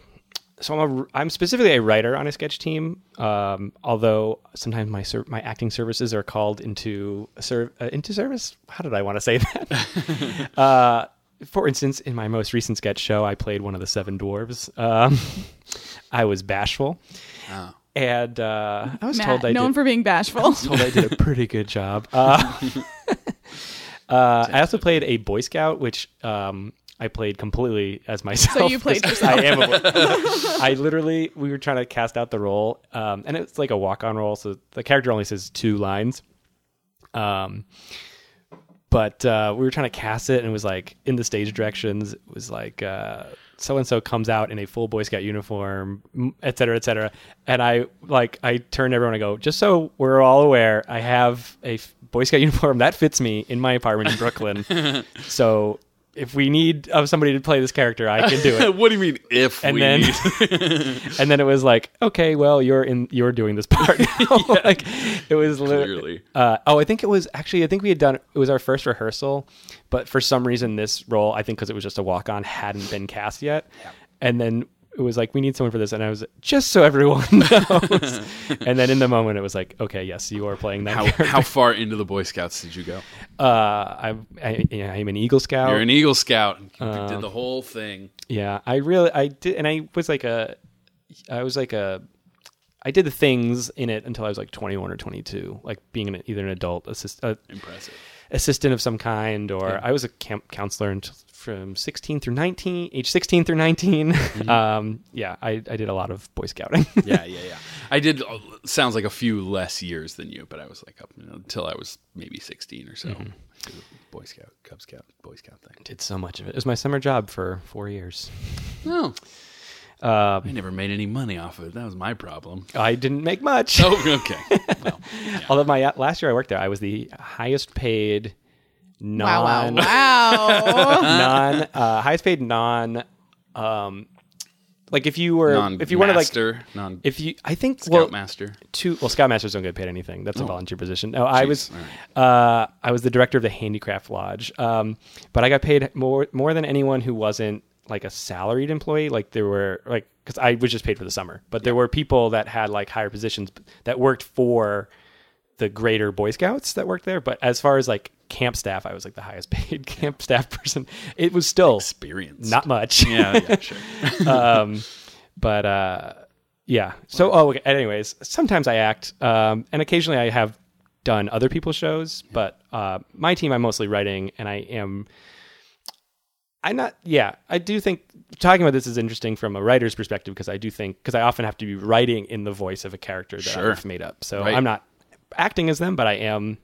S1: so I'm a, I'm specifically a writer on a sketch team. Um, although sometimes my ser- my acting services are called into serve uh, into service. How did I want to say that? uh, for instance, in my most recent sketch show, I played one of the seven dwarves. Um, I was bashful,
S3: Oh.
S1: and uh, I was
S2: Matt,
S1: told I
S2: known
S1: did,
S2: for being bashful.
S1: told I did a pretty good job. Uh, uh, I also played a Boy Scout, which um, I played completely as myself.
S2: you played
S1: 'cause I am. A boy. I literally we were trying to cast out the role, um, and it's like a walk-on role, so the character only says two lines. Um, but uh, we were trying to cast it, and it was like in the stage directions, it was like so and so comes out in a full Boy Scout uniform, m- et cetera, et cetera. And I like I turn to everyone and go, just so we're all aware, I have a f- Boy Scout uniform that fits me in my apartment in Brooklyn. so if we need uh, somebody to play this character, I can do it.
S3: what do you mean if
S1: And
S3: we
S1: then-
S3: need?
S1: and then it was like, okay, well, you're in, you're doing this part. now. like, it was lit-
S3: Clearly.
S1: Uh, oh, I think it was actually, I think we had done it was our first rehearsal, but for some reason, this role, I think, because it was just a walk on, hadn't been cast yet, and then it was like, we need someone for this, and I was just so everyone knows. and then in the moment, it was like, okay, yes, you are playing that.
S3: how
S1: character.
S3: how far into the Boy Scouts did you go?
S1: Uh, I, I, yeah, I'm an Eagle Scout.
S3: You're an E- Eagle Scout. You did the whole thing.
S1: Yeah, I really I did, and I was like a, I was like a, I did the things in it until I was like 21 or 22, like being an, either an adult assist, uh,
S3: Impressive.
S1: assistant of some kind, or I was a camp counselor until, from 16 through 19, age 16 through 19. Um, yeah, I, I did a lot of Boy Scouting.
S3: Yeah, yeah, yeah. I did. uh, Sounds like a few less years than you, but I was like up until I was maybe sixteen or so.
S1: Mm-hmm.
S3: I did the Boy Scout, Cub Scout, Boy Scout thing.
S1: did so much of it. It was my summer job for four years. Oh.
S3: No, I
S1: Um,
S3: never made any money off of it. That was my problem.
S1: I didn't make much.
S3: Oh, okay. Well,
S1: Although my uh, last year I worked there, I was the highest paid. Non,
S2: wow, wow, wow.
S1: non uh, highest paid non um like if you were
S3: non
S1: if you wanted like
S3: master, non
S1: if you I think well
S3: scout master.
S1: two well scoutmasters don't get paid anything that's a volunteer position no I
S3: Jeez,
S1: was
S3: all
S1: uh I was the director of the handicraft lodge um but I got paid more more than anyone who wasn't like a salaried employee like there were like because I was just paid for the summer but there were people that had like higher positions that worked for the greater Boy Scouts that worked there but as far as like camp staff I was like the highest paid camp staff person it was still
S3: Experience.
S1: not much
S3: Yeah, yeah, sure.
S1: um but uh yeah so oh okay. anyways sometimes i act um and occasionally i have done other people's shows but uh my team i'm mostly writing and i am i'm not yeah i do think talking about this is interesting from a writer's perspective because i do think because i often have to be writing in the voice of a character that
S3: Sure.
S1: i've made up so
S3: Right.
S1: i'm not acting as them but i am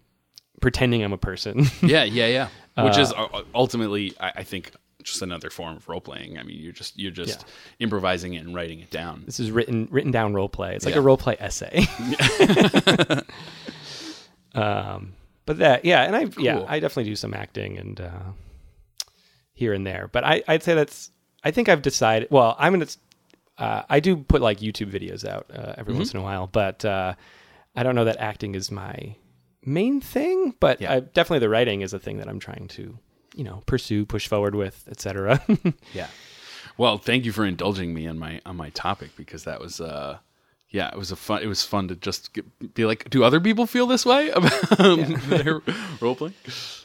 S1: pretending i'm a person
S3: yeah, yeah, yeah. Which is uh, ultimately, I, I think, just another form of role playing. I mean, you're just you're just improvising it and writing it down.
S1: this is written written down role play. It's like
S3: Yeah.
S1: a role play essay. um, but that yeah, and I yeah
S3: Cool.
S1: I definitely do some acting and uh, here and there. But I I'd say that's I think I've decided. Well, I'm gonna uh, I do put like YouTube videos out uh, every
S3: Mm-hmm.
S1: once in a while, but uh, I don't know that acting is my main thing. But
S3: Yeah.
S1: I, definitely the writing is a thing that I'm trying to you know pursue, push forward with, etc.
S3: Yeah. Well, thank you for indulging me on my on my topic because that was uh yeah, it was a fun it was fun to just get, be like do other people feel this way about their role playing?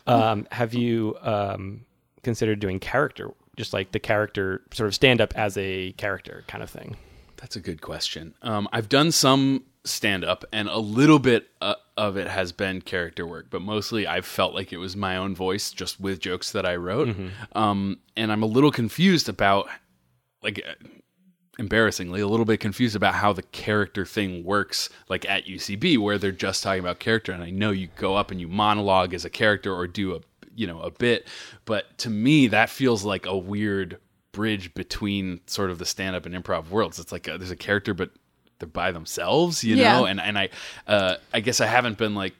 S1: Um, have you um, considered doing character, just like the character sort of stand up as a character kind of thing?
S3: That's a good question. Um, I've done some stand up, and a little bit uh, of it has been character work, but mostly I've felt like it was my own voice just with jokes that I wrote. Um, and I'm a little confused about, like, uh, embarrassingly, a little bit confused about how the character thing works, like at UCB, where they're just talking about character. And I know you go up and you monologue as a character or do a you know a bit but to me that feels like a weird bridge between sort of the stand up and improv worlds. It's like uh there's a character, but they're by themselves, you
S2: Yeah.
S3: know. And and I, uh, I guess I haven't been like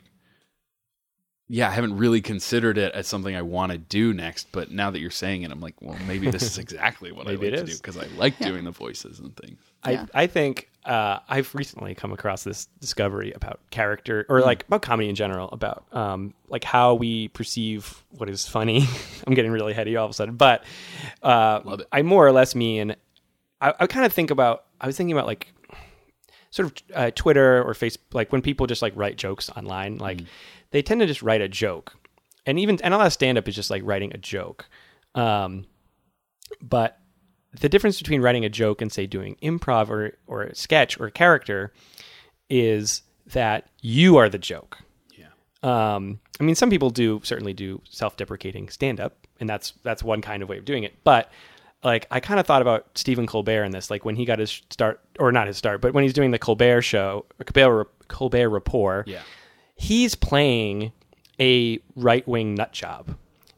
S3: yeah, I haven't really considered it as something I want to do next. But now that you're saying it, I'm like, well, maybe this is exactly what I
S1: Maybe
S3: like
S1: it
S3: to do
S1: is.
S3: because I like doing the voices and things.
S2: Yeah.
S1: I, I think uh, I've recently come across this discovery about character
S3: Hmm.
S1: or like about comedy in general, about um, like how we perceive what is funny. I'm getting really heady all of a sudden, but uh,
S3: Love it.
S1: I more or less mean, I, I kind of think about, I was thinking about like sort of uh, Twitter or Facebook, like when people just like write jokes online, like
S3: Hmm.
S1: they tend to just write a joke. And even, and a lot of stand up is just like writing a joke. Um, but the difference between writing a joke and say doing improv or or a sketch or a character is that you are the joke.
S3: Yeah.
S1: Um, I mean, some people do certainly do self-deprecating stand-up, and that's that's one kind of way of doing it. But like, I kind of thought about Stephen Colbert in this, like when he got his start, or not his start, but when he's doing the Colbert Show, Colbert Colbert Report
S3: Yeah.
S1: he's playing a right wing nut job.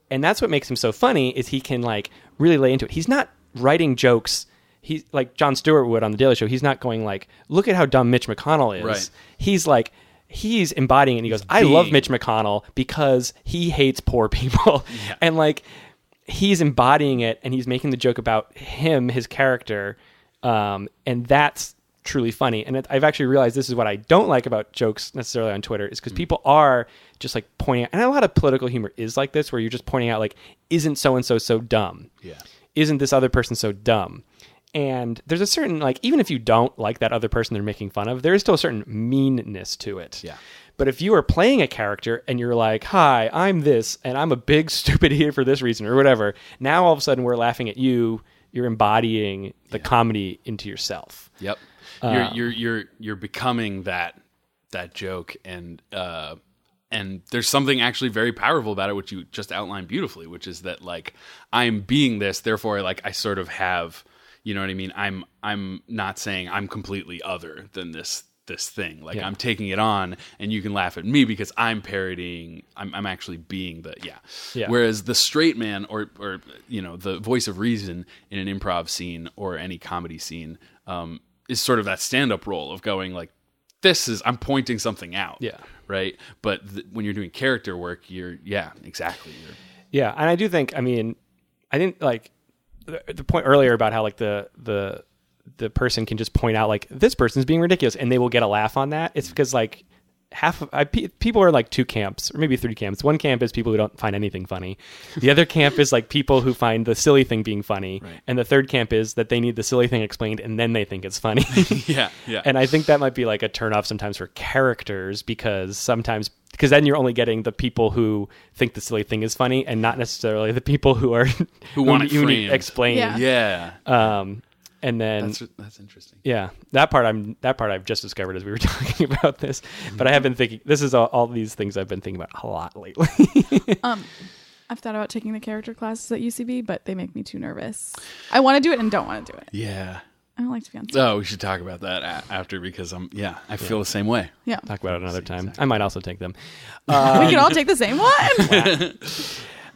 S1: And that's what makes him so funny is he can like really lay into it. He's not writing jokes. He's like John Stewart would on the Daily Show. He's not going like, look at how dumb Mitch McConnell is.
S3: Right.
S1: He's like, he's embodying it. And he goes, I love
S3: being-
S1: Mitch McConnell because he hates poor people. And like, he's embodying it and he's making the joke about him, his character. Um, and that's truly funny. And it, I've actually realized this is what I don't like about jokes necessarily on Twitter is because people are just like pointing out, and a lot of political humor is like this, where you're just pointing out, like, isn't so and so so dumb?
S3: Yeah.
S1: Isn't this other person so dumb? And there's a certain, like, even if you don't like that other person they're making fun of, there is still a certain meanness to it.
S3: Yeah.
S1: But if you are playing a character and you're like, hi, I'm this, and I'm a big stupid idiot for this reason or whatever, now all of a sudden we're laughing at you. You're embodying the comedy into yourself.
S3: Yep.
S1: Uh,
S3: you're you're you're you're becoming that that joke and uh and there's something actually very powerful about it which you just outlined beautifully, which is that like I'm being this, therefore like I sort of have you know what I mean? I'm I'm not saying I'm completely other than this this thing. Like
S1: Yeah.
S3: I'm taking it on and you can laugh at me because I'm parodying I'm I'm actually being the yeah.
S1: Yeah.
S3: Whereas the straight man, or or you know, the voice of reason in an improv scene or any comedy scene, um, is sort of that stand-up role of going like, "This is I'm pointing something out."
S1: Yeah.
S3: Right. But th- when you're doing character work, you're yeah, exactly. You're,
S1: Yeah, and I do think I mean, I think like the, the point earlier about how like the the the person can just point out like this person's being ridiculous and they will get a laugh on that. It's because like half of I, pe- people are in, like two camps or maybe three camps. One camp is people who don't find anything funny. The other camp is like people who find the silly thing being funny,
S3: Right.
S1: and the third camp is that they need the silly thing explained and then they think it's funny.
S3: yeah. Yeah.
S1: and I think that might be like a turnoff sometimes for characters because sometimes because then you're only getting the people who think the silly thing is funny and not necessarily the people who are who
S3: want it
S1: you need
S3: framed.
S1: explained.
S2: Yeah.
S3: yeah.
S1: Um, and then
S3: that's that's interesting.
S1: yeah, that part I'm that part I've just discovered as we were talking about this, but I have been thinking this is all, all these things I've been thinking about a lot lately.
S2: Um, I've thought about taking the character classes at UCB, but they make me too nervous. I want to do it and don't want to do it.
S3: Yeah.
S2: I don't like to be on stage.
S3: Oh, we should talk about that a- after because I'm yeah, I feel the same way.
S2: Yeah,
S1: Talk about it another time. I might also take them. Uh,
S2: we can all take the same one.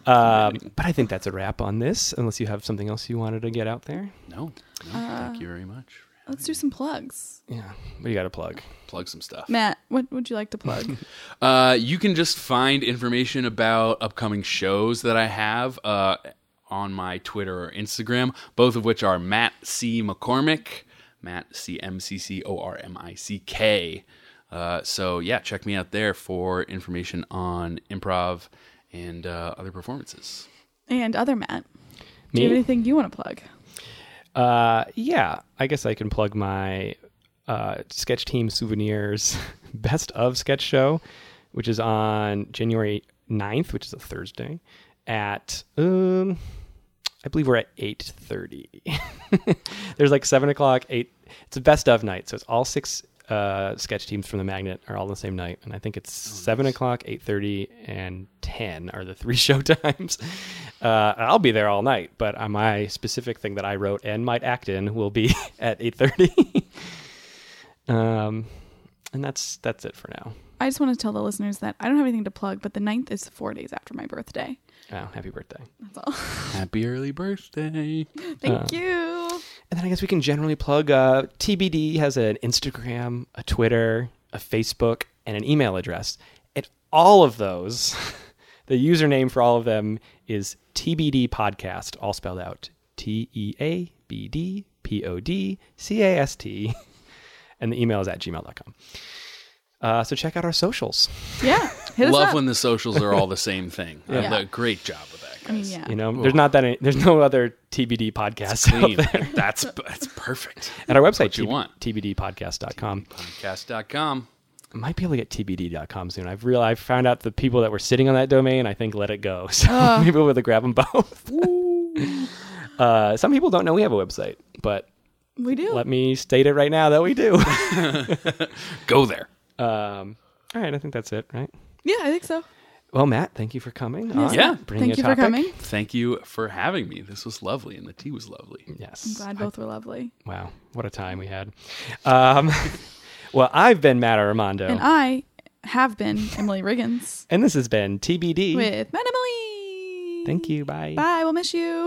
S1: Um, but I think that's a wrap on this, unless you have something else you wanted to get out there.
S3: No. no
S1: Uh,
S3: thank you very much.
S2: Let's do some plugs.
S1: Yeah, what do you got to plug?
S3: Plug some stuff.
S2: Matt, what would you like to plug?
S3: Uh, you can just find information about upcoming shows that I have uh, on my Twitter or Instagram, both of which are Matt C. McCormick, Matt C M C C O R M I C K. Uh, so yeah, check me out there for information on improv and uh, other performances.
S2: and other Matt, do
S1: Me?
S2: you have anything you want to plug?
S1: Uh, yeah, I guess I can plug my uh, sketch team souvenirs best of sketch show, which is on January 9th, which is a Thursday, at um, I believe we're at eight thirty. There's like seven o'clock, eight. It's a best of night, so it's all six uh, sketch teams from the Magnet are all on the same night, and I think it's seven o'clock, eight thirty, and ten are the three show times. Uh, and I'll be there all night, but uh, my specific thing that I wrote and might act in will be at eight thirty. um, and that's that's it for now.
S2: I just want to tell the listeners that I don't have anything to plug, but the 9th is four days after my birthday.
S1: Oh, happy birthday!
S2: That's all.
S3: Happy early birthday!
S2: Thank
S1: Uh,
S2: you.
S1: And then I guess we can generally plug uh, TBD has an Instagram, a Twitter, a Facebook, and an email address. And all of those, the username for all of them is TBD Podcast, all spelled out T E A B D P O D C A S T. And the email is at gmail.com. Uh, so check out our socials.
S2: Yeah. Hit us
S3: Love
S2: up.
S3: when the socials are all the same thing. Uh,
S2: Yeah.
S3: the- great job with that.
S2: I
S3: Guys.
S2: mean, yeah.
S1: You know, there's not that any, there's no other TBD podcast out
S3: Clean.
S1: there.
S3: that's that's perfect.
S1: At our website,
S3: you want.
S1: tbdpodcast.com.
S3: Podcast.com.
S1: I might be able to get tbd.com soon. I've real I found out the people that were sitting on that domain, I think let it go. So
S2: Ah.
S1: maybe we'll have to grab them both. uh, some people don't know we have a website, but
S2: We do.
S1: let me state it right now that we do.
S3: Go there.
S1: um, all right, I think that's it, right?
S2: yeah, I think so.
S1: Well, Matt, thank you for coming. on,
S3: Yeah.
S1: bringing
S2: Thank
S1: a
S2: you for
S1: topic.
S2: coming.
S3: Thank you for having me. This was lovely, and the tea was lovely.
S1: Yes.
S2: I'm glad both were lovely.
S1: Wow, what a time we had. Um, well, I've been Matt Armando, and,
S2: And I have been Emily Riggins
S1: this has been TBD.
S2: with Matt Emily.
S1: Thank you. Bye.
S2: Bye. We'll miss you.